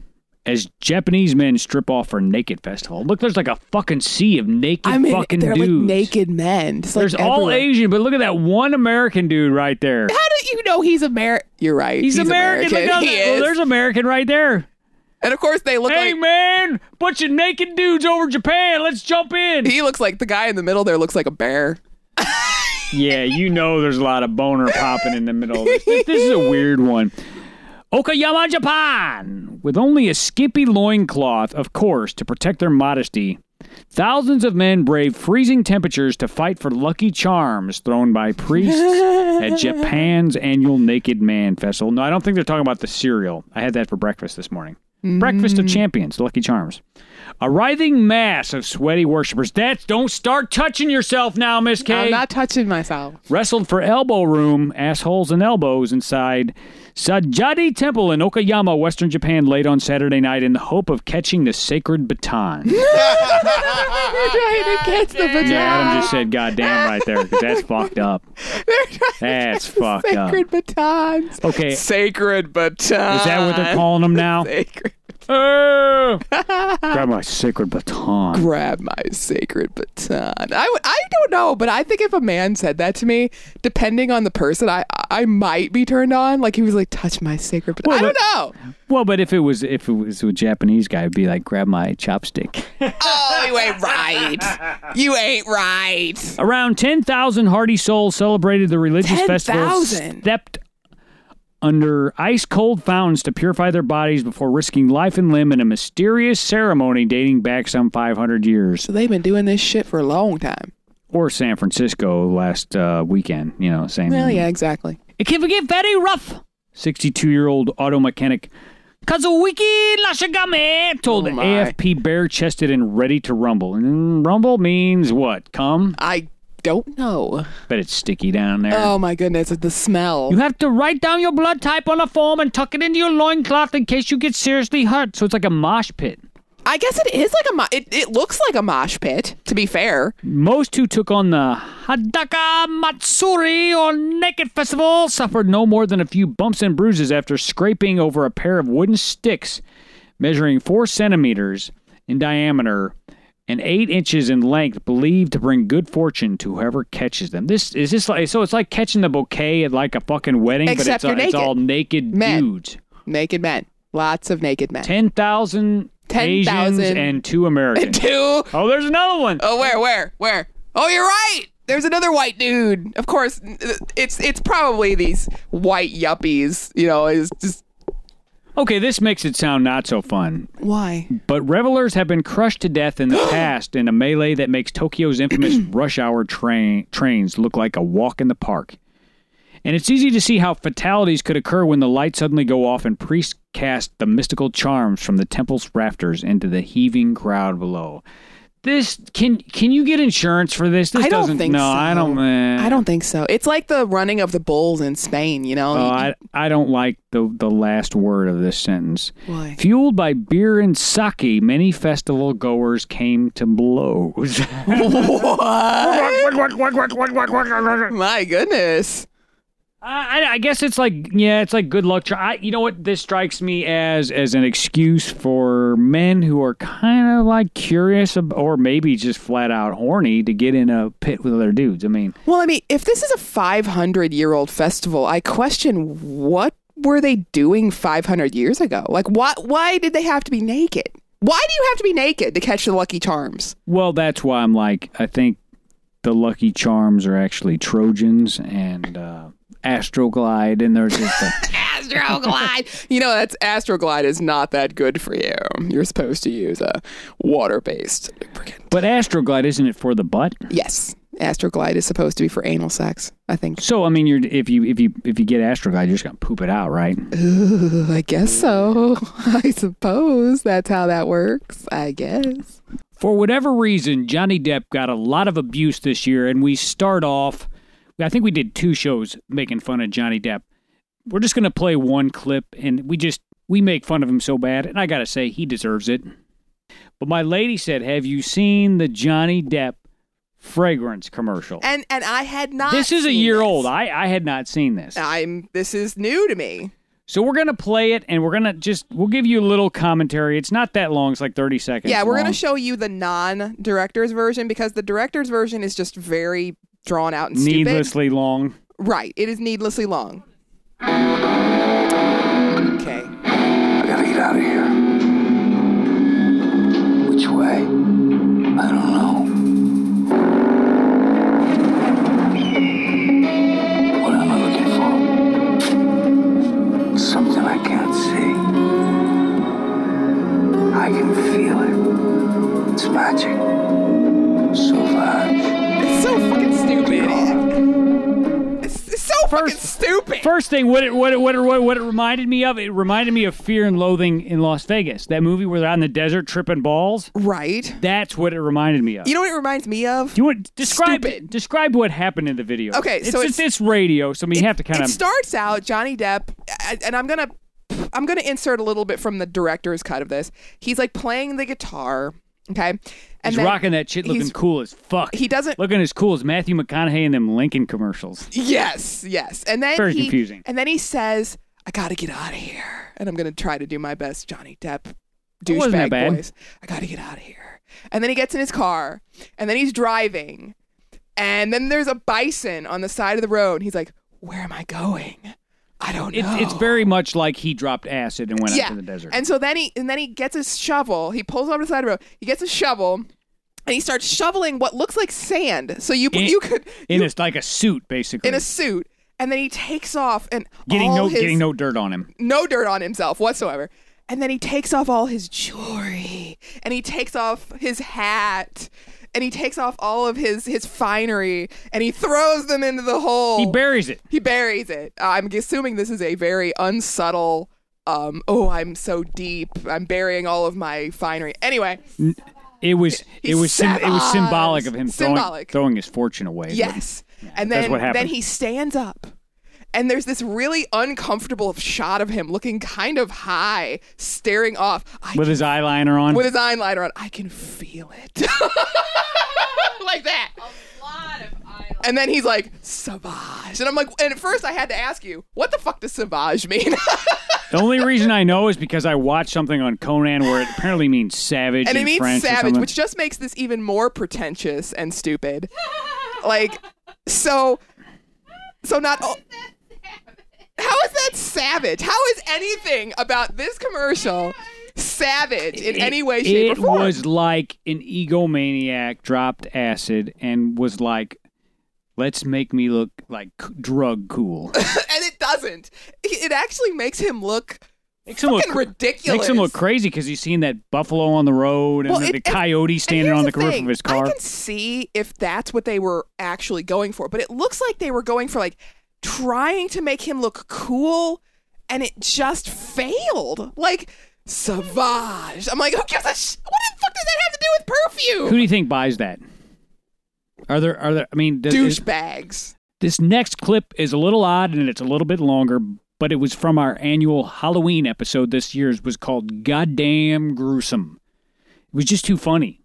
as Japanese men strip off for naked festival. Look, there's like a fucking sea of naked
I mean,
fucking
they're
dudes.
like naked men. Just like
There's all
everyone.
Asian, but look at that one American dude right there.
How do you know he's American? You're right.
He's, American. Look how
He
that- well,
is.
there's American right there.
and of course, they look
Hey
like.
man, bunch of naked dudes over Japan. Let's jump in.
He looks like the guy in the middle there looks like a bear.
Yeah, you know there's a lot of boner popping in the middle of this. This, this is a weird one. Okayama, Japan, with only a skimpy loincloth, of course, to protect their modesty. Thousands of men brave freezing temperatures to fight for lucky charms thrown by priests at Japan's annual Naked Man Festival. No, I don't think they're talking about the cereal. I had that for breakfast this morning. Breakfast of Champions, Lucky Charms. A writhing mass of sweaty worshippers. That's don't start touching yourself now, Miss K
I'm not touching myself.
wrestled for elbow room, assholes and elbows inside Sajadi Temple in Okayama, Western Japan, late on Saturday night in the hope of catching the sacred baton.
They're trying to catch the vagina.
yeah, Adam just said goddamn right there because that's fucked up.
They're trying to
That's
catch the
fucked up.
sacred batons.
Okay, is
Sacred baton.
that what they're calling them now?
Sacred.
Oh! Grab my sacred baton.
Grab my sacred baton. I, w- I don't know, but I think if a man said that to me, depending on the person, I I might be turned on. Like he was like, touch my sacred baton.
Well,
I don't
but-
know.
Well, but if it was if it was a Japanese guy, it'd be like, grab my chopstick.
Oh, you ain't right. You ain't right.
Around 10,000 hardy souls celebrated the religious festival,
10,000?
stepped under ice cold fountains to purify their bodies before risking life and limb in a mysterious ceremony dating back some 500 years.
So they've been doing this shit for a long time.
Or San Francisco last uh, weekend, you know, same.
Well, yeah, exactly.
It can get very rough. 62 year old auto mechanic Kazuwiki Nashigame told
Oh, my.
AFP bare chested and ready to rumble. And rumble means what? Come?
I don't know.
Bet it's sticky down there.
Oh my goodness, the smell.
You have to write down your blood type on a form and tuck it into your loincloth in case you get seriously hurt. So it's like a mosh pit.
I guess it is like a mo- it, it looks like a mosh pit, to be fair.
Most who took on the Hadaka Matsuri or Naked Festival suffered no more than a few bumps and bruises after scraping over a pair of wooden sticks measuring four centimeters in diameter and eight inches in length, believed to bring good fortune to whoever catches them. This is this like so it's like catching the bouquet at like a fucking wedding,
Except
but
you're
it's, all, it's
naked.
all naked
Men.
dudes.
Naked men. Lots of naked men.
10,000 Asians
10,000.
and two Americans.
Two.
oh, there's another one.
Oh, where, where, where? Oh, you're right. There's another white dude. Of course, n- it's it's probably these white yuppies. You know, is just
Okay, this makes it sound not so fun.
why?
But revelers have been crushed to death in the past in a melee that makes Tokyo's infamous rush hour train trains look like a walk in the park. And it's easy to see how fatalities could occur when the lights suddenly go off and priests cast the mystical charms from the temple's rafters into the heaving crowd below. This can can you get insurance for this? This
I don't
doesn't
think
no,
so.
I don't
I don't think so. It's like the running of the bulls in Spain. You know,
Oh, I, I don't like the, the last word of this sentence.
Why?
Fueled by beer and sake, many festival goers came to blows.
What? My goodness.
I, I- I guess it's like yeah, it's like good luck. Try. I, you know what? This strikes me as as an excuse for men who are kind of like curious ab- or maybe just flat out horny to get in a pit with other dudes. I mean,
Well, I mean, if this is a 500 year old festival, I question what were they doing 500 years ago? Like, why, why did they have to be naked? Why do you have to be naked to catch the Lucky Charms?
well, that's why I'm like I think the Lucky Charms are actually Trojans and uh, Astroglide, and there's just a,
Astroglide. you know, that's Astroglide is not that good for you. You're supposed to use a water based lubricant.
but Astroglide isn't it for the butt?
Yes, Astroglide is supposed to be for anal sex, I think.
So I mean, you're if you if you if you get Astroglide, you're just gonna poop it out, right?
Ooh, I guess so. I suppose that's how that works. I guess.
For whatever reason, Johnny Depp got a lot of abuse this year, and we start off. I think we did two shows making fun of Johnny Depp. We're just going to play one clip, and we just we make fun of him so bad, and I gotta say he deserves it. But my lady said, "Have you seen the Johnny Depp fragrance commercial?"
And and I had not.
Oh. This is a
seen
year
this.
old. I I had not seen this.
I'm. This is new to me.
So we're gonna play it, and we're gonna just we'll give you a little commentary. It's not that long; it's like thirty seconds.
yeah, we're
long.
gonna show you the non-director's version because the director's version is just very drawn out and stupid.
needlessly long.
Right. It is needlessly long. Okay.
I gotta get out of here. Which way? I don't know. What am I looking for? Something I can't see. I can feel it. It's magic. Sauvage.
It's so fucking stupid. It's, it's so fucking stupid.
First thing, what it, what it, what it, what it, what it reminded me of, it reminded me of Fear and Loathing in Las Vegas. That movie where they're out in the desert tripping balls.
right.
That's what it reminded me of.
You know what it reminds me of?
Do you want describe
Stupid.
describe what happened in the video?
Okay,
it's,
so
it's, it's radio, so I mean, you have to kind
it
of.
starts out Johnny Depp, a- and I'm gonna I'm gonna insert a little bit from the director's cut of this. He's like playing the guitar, okay, and
he's
then
rocking that shit, looking
he's-
cool as fuck.
He doesn't.
looking as cool as Matthew McConaughey in them Lincoln commercials.
Yes, yes, and then
Very
he,
confusing.
And then he says, "I gotta get out of here," and I'm gonna try to do my best, Johnny Depp,
It wasn't that
douchebag
bad.
voice. I gotta get out of here. And then he gets in his car, and then he's driving, and then there's a bison on the side of the road. and He's like, "Where am I going? I don't
It,
know."
It's very much like he dropped acid and went
yeah.
out to the desert.
And so then he and then he gets his shovel. He pulls over to the side of the road. He gets a shovel and he starts shoveling what looks like sand. So you
In-
you could
in
you-
it's like a suit, basically,
in a suit. And then he takes off and
Mm. getting
all
no
his,
getting no dirt on him.
no dirt on himself whatsoever. And then he takes off all his jewelry and he takes off his hat and he takes off all of his his finery and he throws them into the hole.
He buries it.
He buries it. I'm assuming this is a very unsubtle. Um, oh, I'm so deep. I'm burying all of my finery. Anyway,
It was
He
it was sym- it was
savaged.
symbolic of him throwing,
Symbolic.
throwing his fortune away.
yes. And
that's
then
what
then
happened.
he stands up. And there's this really uncomfortable shot of him looking kind of high, staring off. I
With his eyeliner on.
with his eyeliner on. I can feel it. like that.
A lot of eyeliner.
And then he's like, Savage. And I'm like, and at first I had to ask you, what the fuck does Savage mean?
the only reason I know is because I watched something on Conan where it apparently means savage
and
in
it means
French or
savage,
something.
which just makes this even more pretentious and stupid. like, so, so not. o- how is that savage? How is anything about this commercial savage in any way, shape,
it
or form?
was like an egomaniac dropped acid and was like, "Let's make me look like c- drug cool."
and it doesn't. It actually makes him look
Makes him look
fucking
cr-
ridiculous.
Makes him look crazy because he's seen that buffalo on the road and
Well,
the,
it-
the
it-
coyote
And
standing
here's
on
the
the roof
thing,
of his car.
I can see if that's what they were actually going for, but it looks like they were going for like trying to make him look cool, and it just failed. Like Savage, I'm like, who gives a sh- what the fuck does that have to do with perfume?
Who do you think buys that? Are there are there? I mean, does, is-
Douchebags.
This next clip is a little odd and it's a little bit longer, but it was from our annual Halloween episode this year's was called Goddamn Gruesome. It was just too funny.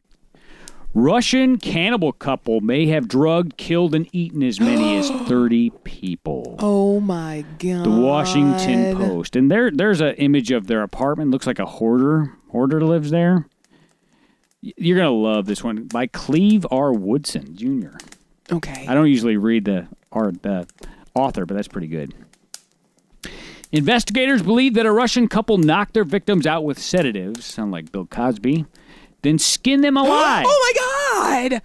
Russian cannibal couple may have drugged, killed, and eaten as many as 30 people.
Oh my god.
The
Oh,
Washington Post. And there there's an image of their apartment. Looks like a hoarder. Hoarder lives there. Y- You're going to love this one by Cleve R. Woodson Jr.
Okay.
I don't usually read the art, the author, but that's pretty good. Investigators believe that a Russian couple knocked their victims out with sedatives, sound like Bill Cosby, then skinned them alive.
Oh my god.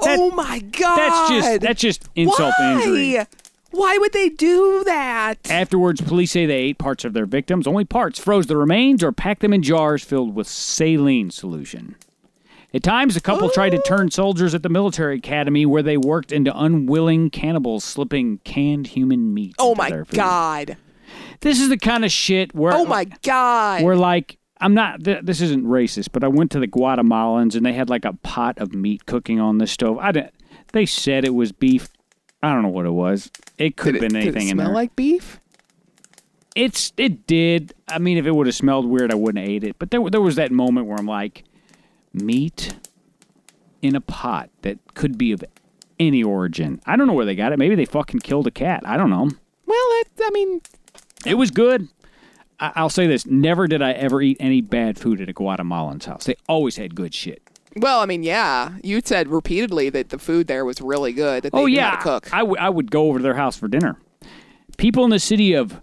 oh my god.
that's just that's just insult
Why?
to injury.
Why would they do that?
Afterwards, police say they ate parts of their victims, only parts, froze the remains, or packed them in jars filled with saline solution. At times, the couple tried to
Oh!
turn soldiers at the military academy where they worked into unwilling cannibals, slipping canned human meat.
oh
into
my
their food.
god.
This is the kind of shit where
Oh my god.
where like I'm not th- this isn't racist, but I went to the Guatemalans and they had like a pot of meat cooking on the stove. I didn't, they said it was beef. I don't know what it was. It could
Did it-
have been
did it
anything in
smell
there.
like beef?
it's it did. I mean, if it would have smelled weird, I wouldn't have ate it. But there there was that moment where I'm like, meat in a pot that could be of any origin. I don't know where they got it. Maybe they fucking killed a cat. I don't know.
Well, it, I mean,
It was good. I- I'll say this: never did I ever eat any bad food at a Guatemalan's house. They always had good shit.
well, I mean, yeah. You said repeatedly that the food there was really good. That they
oh
knew
yeah,
how to cook.
I, w- I would go over to their house for dinner. People in the city of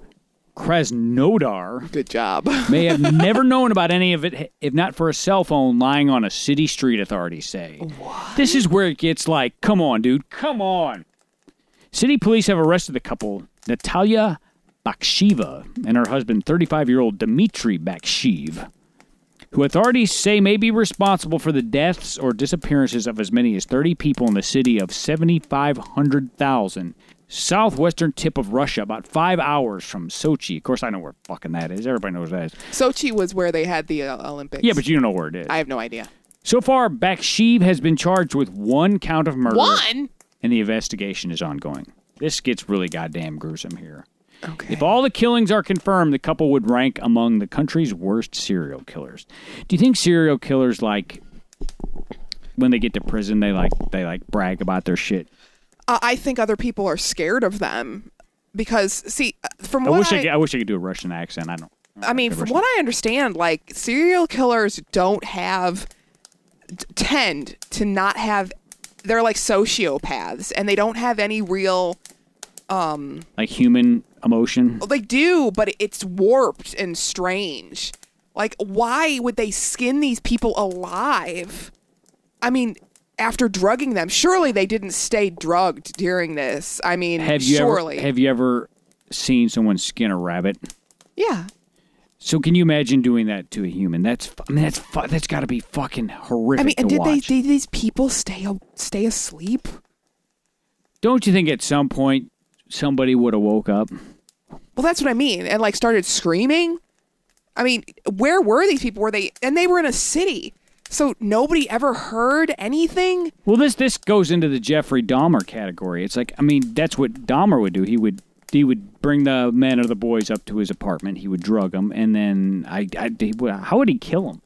Krasnodar
Good job.
may have never known about any of it if not for a cell phone lying on a city street. Authorities say this is where it gets like, come on, dude, come on. City police have arrested the couple, Natalia Bakshiva and her husband, 35-year-old Dmitry Bakshiv. who authorities say may be responsible for the deaths or disappearances of as many as 30 people in the city of 7,500,000 southwestern tip of Russia, about five hours from Sochi. Of course, I know where fucking that is. Everybody knows where that is.
Sochi was where they had the uh, Olympics.
Yeah, but you don't know where it is.
I have no idea.
so far, Bakshiv has been charged with one count of murder,
One.
and the investigation is ongoing. This gets really goddamn gruesome here.
Okay.
If all the killings are confirmed, the couple would rank among the country's worst serial killers. Do you think serial killers like when they get to prison they like they like brag about their shit?
Uh, I think other people are scared of them because, see, uh, from
I
what
wish I,
I,
could, I wish I could do a Russian accent. I don't.
I mean, from what I understand, like serial killers don't have t- tend to not have. They're like sociopaths, and they don't have any real.
like human emotion.
Well, they do, but it's warped and strange. Like, why would they skin these people alive? I mean, after drugging them, surely they didn't stay drugged during this. I mean,
Have you
surely,
ever have you ever seen someone skin a rabbit?
yeah.
So can you imagine doing that to a human? That's fu- I mean that's fu- that's got to be fucking horrific.
I mean, and
to
did they
watch.
did these people stay a- stay asleep?
Don't you think at some point somebody would have woke up?
Well, that's what I mean. And like started screaming. I mean, where were these people? Were they? And they were in a city, so nobody ever heard anything.
Well, this this goes into the Jeffrey Dahmer category. It's like I mean, that's what Dahmer would do. He would he would bring the men or the boys up to his apartment. He would drug them, and then I, I he would- how would he kill them?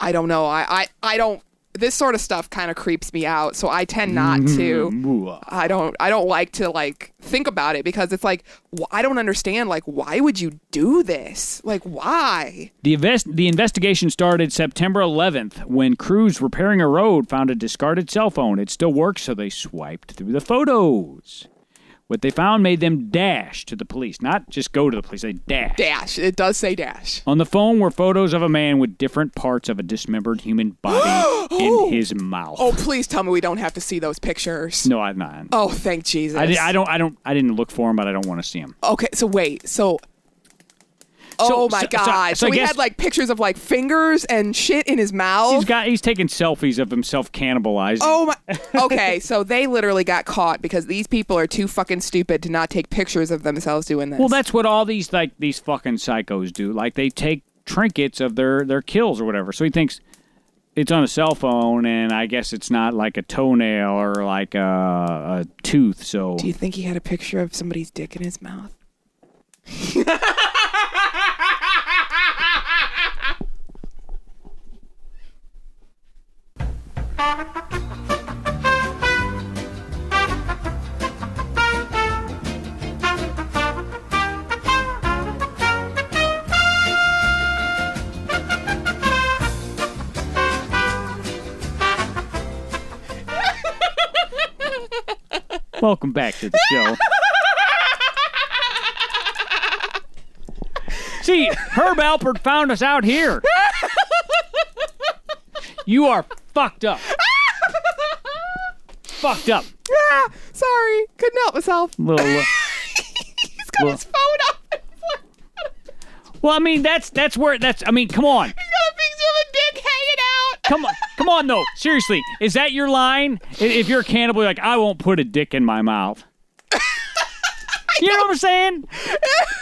I don't know. I I, I don't. This sort of stuff kind of creeps me out, so I tend not
Mm-hmm.
to. I don't. I don't like to like think about it because it's like wh- I don't understand. Like, why would you do this? Like, why?
The invest the investigation started September 11th when crews repairing a road found a discarded cell phone. It still worked, so they swiped through the photos. What they found made them dash to the police, not just go to the police. They dash.
Dash. It does say dash.
On the phone were photos of a man with different parts of a dismembered human body in his mouth.
Oh, please tell me we don't have to see those pictures.
No, I'm not.
Oh, thank Jesus.
I, di- I don't. I don't. I didn't look for him, but I don't want to see him.
Okay, so wait, so.
So-
Oh my
so- so-
God! So,
so I
we
guess-
had like pictures of like fingers and shit in his
He's
mouth.
got. He's taking selfies of himself cannibalizing.
oh my. Okay, so they literally got caught because these people are too fucking stupid to not take pictures of themselves doing this.
Well, that's what all these like these fucking psychos do. Like they take trinkets of their their kills or whatever. So he thinks it's on a cell phone, and I guess it's not like a toenail or like a, a tooth. So
Do you think he had a picture of somebody's dick in his mouth?
Welcome back to the show. See, Herb Alpert found us out here. You are fucked up. fucked up.
Ah, sorry, couldn't help myself.
Little, uh,
He's got
Well-
his phone up. He's like,
well, I mean, that's that's where that's. I mean, come on,
he's got a picture of a dick hanging out.
come on, come on, though. Seriously, is that your line? I- If you're a cannibal, you're like, I won't put a dick in my mouth. You know what I'm saying?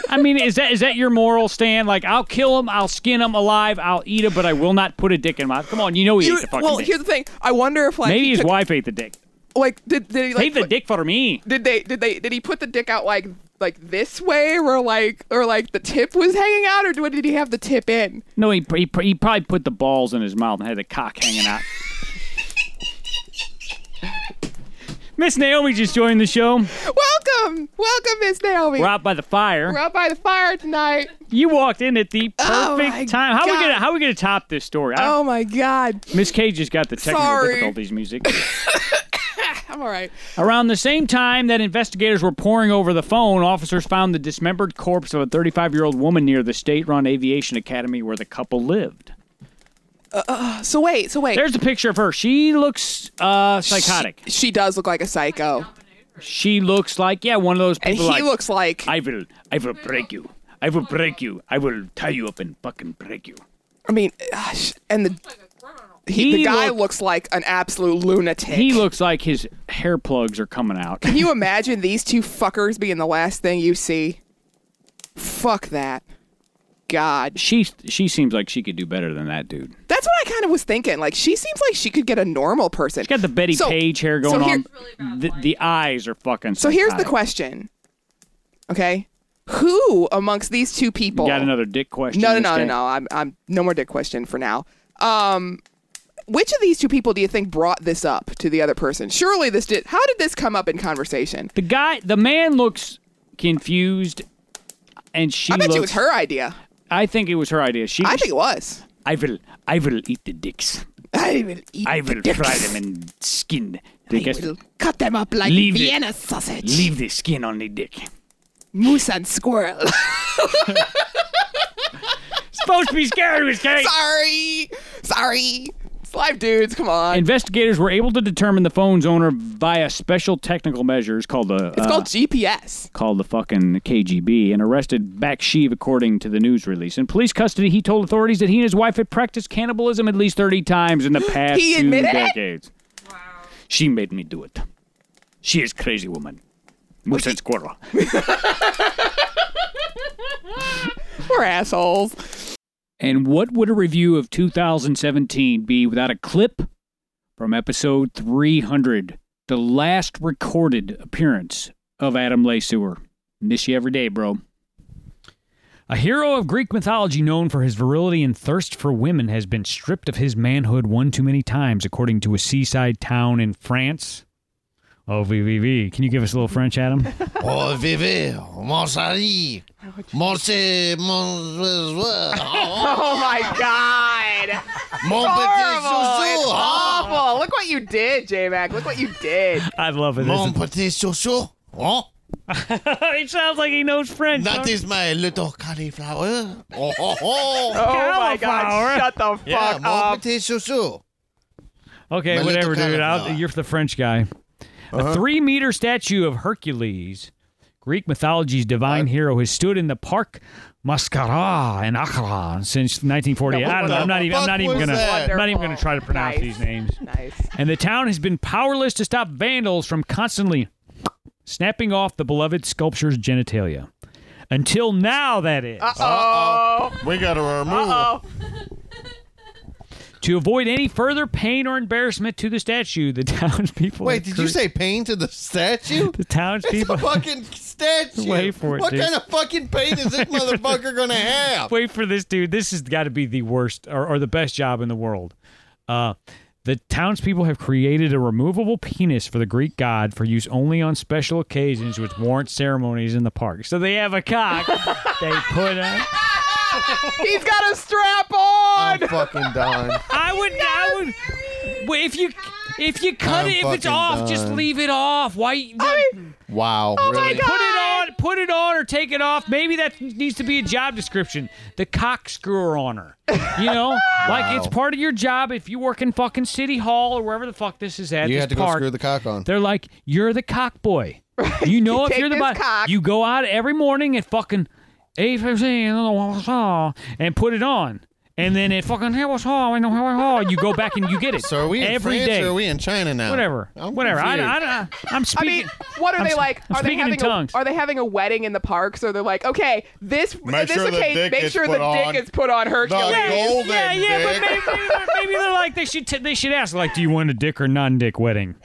I mean, is that is that your moral stand? Like, I'll kill him, I'll skin him alive, I'll eat him, but I will not put a dick in my mouth. Come on, you know he
You-
ate the fucking
well,
dick.
here's the thing. I wonder if like
Maybe
he
his
took-
wife ate the dick.
like did did he like
Save the
put-
dick for me.
did they did they did he put the dick out like like this way or like or like the tip was hanging out or do- did he have the tip in?
No, he, he he probably put the balls in his mouth and had the cock hanging out. Miss Naomi just joined the show.
Welcome, welcome, Miss Naomi.
We're out by the fire.
We're out by the fire tonight.
You walked in at the perfect
Oh, my
time. How we
God.
gonna how we gonna top this story? I-
Oh my God,
Miss K just got the technical
Sorry.
difficulties music.
I'm all right.
Around the same time that investigators were poring over the phone, officers found the dismembered corpse of a 35 year old woman near the state run aviation academy where the couple lived.
So wait, so wait.
There's a picture of her. She looks uh, psychotic.
She, she does look like a psycho,
She looks like yeah, one of those
and
people.
he
like,
looks like I,
I will, I will break you. I will break you. I will tie you up and fucking break you.
mean, gosh, and the he,
He
the guy
look-
looks like an absolute lunatic.
He looks like his hair plugs are coming out.
Can you imagine these two fuckers being the last thing you see? Fuck that. God.
She she seems like she could do better than that dude.
That's what I kind of was thinking. Like, she seems like she could get a normal person.
Got the Betty
So-
Page hair
so
going
here-
on. The, the eyes are fucking.
So here's the
psychotic.
question. Okay? Who amongst these two people?
You Got another dick question?
no, no,
this
no, no,
guy?
no. I'm, I'm no more dick question for now. Um, which of these two people do you think brought this up to the other person? Surely this did. How did this come up in conversation?
The guy, the man looks confused, and she.
I bet
looks,
you it was her idea.
I think it was her idea. She.
I think it was.
I will. I will eat the dicks.
I will eat
I
the
will
dicks.
fry them and skin.
I
the guess-
will cut them up like
Leave it.
Vienna sausage,
Leave the skin on the dick.
moose and squirrel.
Supposed to be scary, Miss K.
sorry, sorry. It's live, dudes. Come on.
Investigators were able to determine the phone's owner via special technical measures called the
it's
uh,
called GPS.
called the fucking KGB and arrested Bakshiv according to the news release. In police custody, he told authorities that he and his wife had practiced cannibalism at least 30 times in the past
He
two
admitted it?
decades. She made me do it. She is crazy woman. Moose and squirrel.
We're assholes.
And what would a review of 2017 be without a clip from episode 300, the last recorded appearance of Adam Lesueur? Miss you every day, bro.
A hero of Greek mythology known for his virility and thirst for women has been stripped of his manhood one too many times, according to a seaside town in France. Oh, VVV. Can you give us a little French, Adam?
Oh, Vivi, mon chéri, mon c'est mon oh,
Oh my god.
mon petit
Horrible. It's
chouchou, oh,
awful. Look what you did, J Mac. Look what you did.
I love it.
mon petit chouchou, oh,
it sounds like he knows French.
that is my little cauliflower, oh, oh, oh.
Oh my god.
Cauliflower.
Shut the fuck
yeah, mon
up.
petit chouchou.
Okay,
My
whatever,
little
dude.
cauliflower.
I'll, you're the French guy. A three meter statue of Hercules, Greek mythology's divine hero, has stood in the park Mascara in Accra since 1940.
Now, what
I don't know.
the
I'm not even. I'm
fuck
not even
was
gonna.
that?
I'm not even gonna try to pronounce
Nice.
these names.
Nice.
And the town has been powerless to stop vandals from constantly snapping off the beloved sculpture's genitalia. Until now, that is.
Oh.
We gotta remove.
Oh.
To avoid any further pain or embarrassment to the statue, the townspeople.
Wait,
have
did
cre-
you say pain to the statue?
The
It's
townspeople.
a fucking statue.
Wait for it,
what
dude.
kind of fucking pain is this motherfucker gonna have?
Wait for this, dude. This has got to be the worst or, or the best job in the world. Uh, the townspeople have created a removable penis for the Greek god for use only on special occasions, which warrant ceremonies in the park. So they have a cock. they put on.
He's got a strap on.
I'm fucking done.
I would. I would. Wait, if you
If you cut
I'm
it, if it's
fucking
off, just
done.
leave it off. Why?
Wow. really?
Put it on, put it on, or take it off. Maybe that needs to be a job description. The cock screwer honor. You know, like it's part of your job. If you work in fucking city hall or wherever the fuck this is at,
You
this
have to
park,
go screw the cock on.
They're like, you're the cock boy. You know, if
take
you're the
this
bo-
cock.
you go out every morning at fucking eight fifteen and put it on. And then it fucking hey, what's all I know how all you go back and you get it.
So are we in
every
France
day.
or are we in China now?
Whatever,
I'm
whatever. I,
confused.
I, I, I'm
I
speaking.
mean, what are
I'm
they
s-
like?
I'm
are they
speaking in
having a,
tongues.
are they having a wedding in the park? So they're like, okay, this
Make
this
sure the
occasion,
dick
make
is
sure the
put on.
dick is put on
The
Hercules.
golden
yeah, yeah,
dick.
but maybe, maybe- maybe they're like they should t- they should ask like, do you want a dick or non-dick wedding?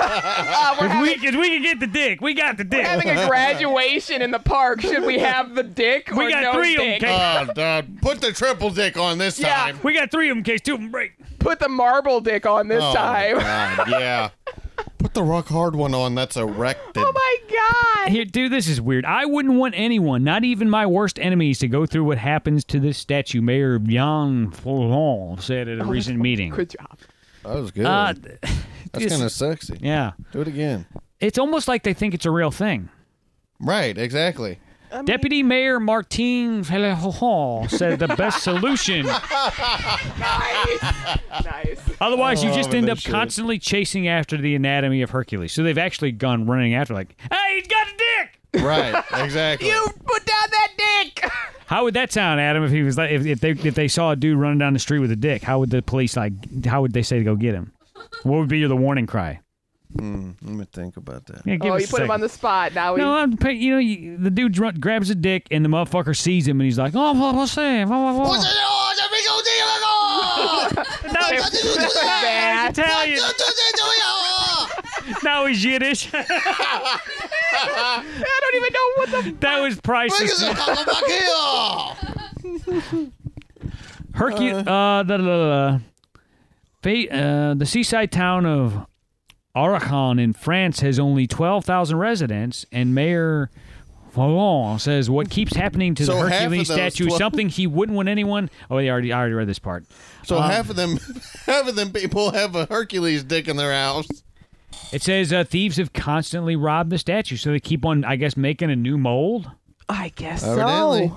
Uh, we're,
If
having,
we if we can get the dick, we got the
we're
dick.
having a graduation in the park. Should we have the dick or
We got
no
three of 'em,
dick?
Kate.
Oh, dude, put the triple dick on this
Yeah.
time.
We got three of them in case two of them break.
Put the marble dick on this
Oh,
time.
God, yeah. Put the rock hard one on. That's erected.
oh my god.
Here, dude, this is weird. I wouldn't want anyone, not even my worst enemies, to go through what happens to this statue. Mayor Jan Florent said at a recent meeting.
Good job.
That was good.
Uh,
That's
it's-
kind of sexy.
yeah,
Do it again.
it's almost like they think it's a real thing.
Right, exactly.
Deputy Mayor Martin Florent said the best solution.
Nice. nice.
Otherwise, you
Oh,
just
but
end
they
up
should.
constantly chasing after the anatomy of Hercules. So they've actually gone running after, like, hey, he's got a dick.
Right, exactly.
You put down that dick.
How would that sound, Adam? If he was like, if, if they if they saw a dude running down the street with a dick, how would the police like? How would they say to go get him? What would be the warning cry?
Mm, let me think about that.
Yeah, give
oh,
us
you
a
put him on
second.
the spot. Now we.
No, I'm, pa- you know, you, the dude dr- grabs a dick and the motherfucker sees him and he's like, "Oh, what- what's that? What- what- what?" Now he's-
Bad.
he's Italian. Now he's Yiddish. that
I don't even know what the
was priceless. Hercu- uh, da, da, da, da. Fa- uh, the seaside town of Arcachon in France has only 12,000 residents, and Mayor Fallon says what keeps happening to
So
the
half of
Hercules
those
statue is
12
something he wouldn't want anyone. Oh, yeah, I already, I already read this part.
So half of them, half of them people have a Hercules dick in their house.
It says uh, thieves have constantly robbed the statue, so they keep on, I guess, making a new mold.
I guess
Evidently.
so.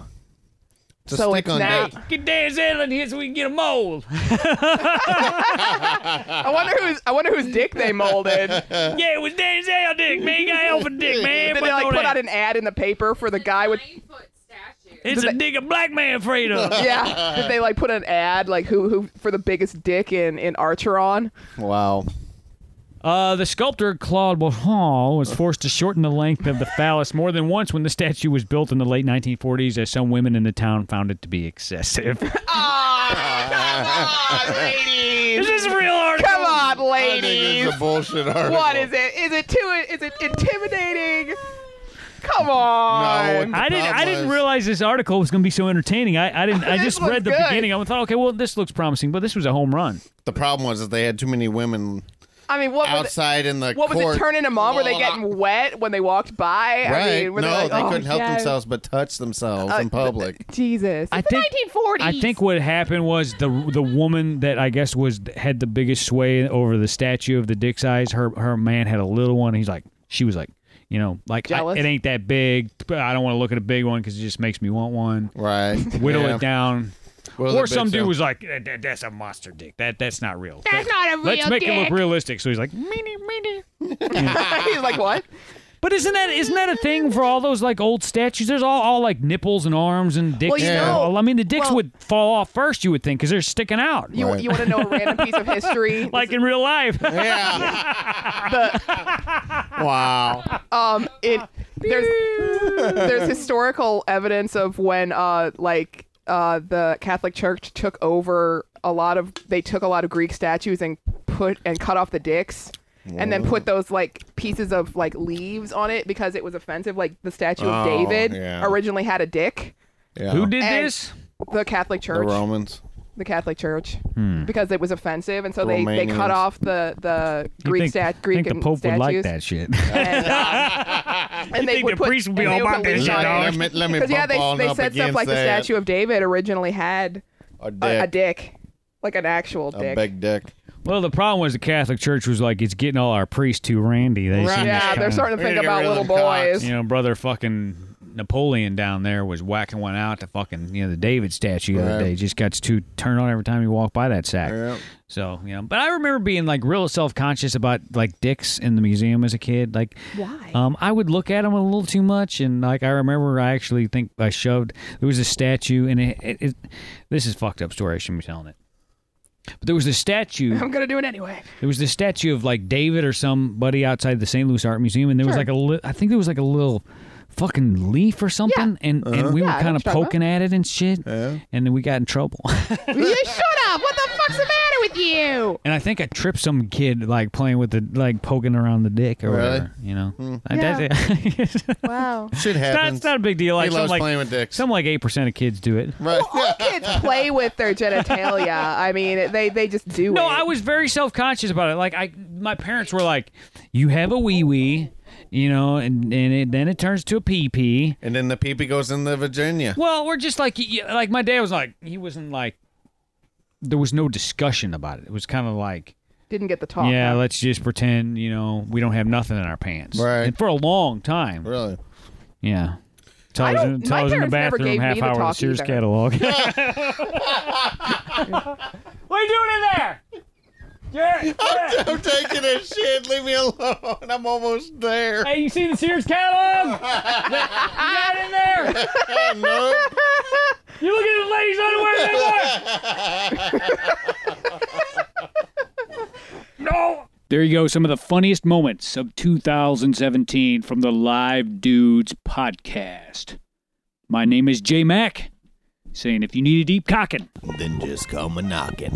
It's a
So
stick
it's
on
not-
dick.
Get Dan's Ellen here so we can get a mold.
I wonder who's I wonder whose dick they molded.
yeah, it was Dan's Ellen dick, man. You got help a dick, man.
Did
Put
they like
on
put
that.
out an ad in the paper for the guy with
Nine foot statue.
It's a dick a black man afraid of.
yeah? Did they like put an ad like who who for the biggest dick in in Archeron?
Wow.
Uh, the sculptor Claude Bourgeon was forced to shorten the length of the phallus more than once when the statue was built in the late 1940s, as some women in the town found it to be excessive. Is this a real article?
Come on,
I think
ladies.
it's a bullshit article.
What is it? Is it too? Is it intimidating? Come on.
No,
I didn't. I
Problem
didn't
is-
realize this article was going to be so entertaining. I, I didn't. I
This
just
looks
read the
good.
beginning. I thought, okay, well, this looks promising, but this was a home run.
The problem was that they had too many women
I mean, what was it,
outside in the
what
court.
was it turning them on? Were they
Well,
getting wet when they walked by? I
Right.
mean, were
no,
like,
they
"Oh,
couldn't help
yes."
themselves but touch themselves
Uh,
in public.
Jesus.
I
It's the
think-
1940s.
I think what happened was the the woman that I guess was had the biggest sway over the statue of the dick size. Her her man had a little one. He's like she was like you know like I-
Jealous?
it ain't that big. But I don't want to look at a big one because it just makes me want one.
right.
Whittle
yeah.
it down.
Whittle
or
it
some
big
dude
down.
was like, "That- that- "That's a monster dick. That that's not real. That's
not a
Let's
real
make it look
dick."
realistic." So he's like, "Meeny, meeny."
He's like, what?
"But isn't that isn't that a thing for all those like old statues? There's all, all like nipples and arms and dicks.
Well, you
and
know-
all. I mean, the dicks
well-
would fall off first. You would think because they're sticking out.
You,
Right.
you want to know a random piece of history?
like in real life.
Yeah. wow.
um, it there's there's historical evidence of when uh like uh the Catholic Church took over a lot of they took a lot of Greek statues and put and cut off the dicks. And then put those like pieces of like leaves on it because it was offensive. Like the statue of
Oh,
David
yeah.
originally had a dick.
Yeah.
Who did
And-
this?
The Catholic
the
Church.
Romans?
the Catholic Church because it was offensive, and so
The
they, they
Romanians.
cut off the the Greek
think,
stat Greek
think
and
the Pope
statues.
would like that shit.
And, um, and they
think
would
the
put,
priest would be
and
all
they would put
about this
leaves
shit,
on it.
dog?
let me, let me
'Cause,
bump
yeah, they,
on
they
up
said stuff
against
like the
that.
statue of David originally had
A dick.
a, a dick, like an actual
A
dick.
big dick.
Well, the problem was the Catholic Church was like, it's getting all our priests too randy. They
Right.
seem
Yeah,
kinda-
they're starting to
We
think
need to get
about
rid of
little
them cocks.
boys.
You know, brother fucking Napoleon down there was whacking one out to fucking, you know, the David statue the
Right.
other day. Just got too turned on every time he walked by that sack.
Yeah.
So, you know, but I remember being like real self conscious about like dicks in the museum as a kid. Like,
Why?
Um, I would look at them a little too much, and like I remember, I actually think I shoved. There was a statue, and it, it, it this is a fucked up story. I shouldn't be telling it. But there was a statue.
I'm gonna do it anyway.
There was this statue of like David or somebody outside the St. Louis Art Museum, and there was
Sure.
like a li- I think there was like a little fucking leaf or something, and and we
Yeah, I know
were kind of
what you're talking
poking at it and shit, and then we got in trouble.
you shut up! What the fuck's the matter with you?
and I think I tripped some kid like playing with the like poking around the dick or
Really?
whatever, you know. I-
Yeah.
that's-
Wow.
Shit happens.
That's not a big deal. Like
he
some
loves
like
playing with dicks.
some like eight percent of kids do it.
Right.
Kids play with their genitalia. I mean, they they just do
No,
it.
I was very self conscious about it. Like I, my parents were like, "You have a wee wee, you know," and and it, then it turns to a pee pee.
and then the peepee goes in the Virginia.
Well, we're just like y- like my dad was like he wasn't like there was no discussion about it. It was kind of like
Didn't get the
Oh,
talk.
yeah,
huh?
let's just pretend you know we don't have nothing in our pants.
Right.
And for a long time.
Really?
Yeah. Until I
I
was, in-
don't-
till
my
I was in the
parents never
bathroom
gave
half
me the
hour of the
talk
Sears
either.
catalog.
What are you doing in there? Jared, Jared.
I'm taking a shit. Leave me alone. I'm almost there.
Hey, you see the Sears catalog? you got in there.
Nope.
You look at the ladies' underwear anymore? no.
There you go, some of the funniest moments of 2017 from the Live Dudes podcast. My name is J Mac, saying if you need a deep cocking,
Then just come a knocking.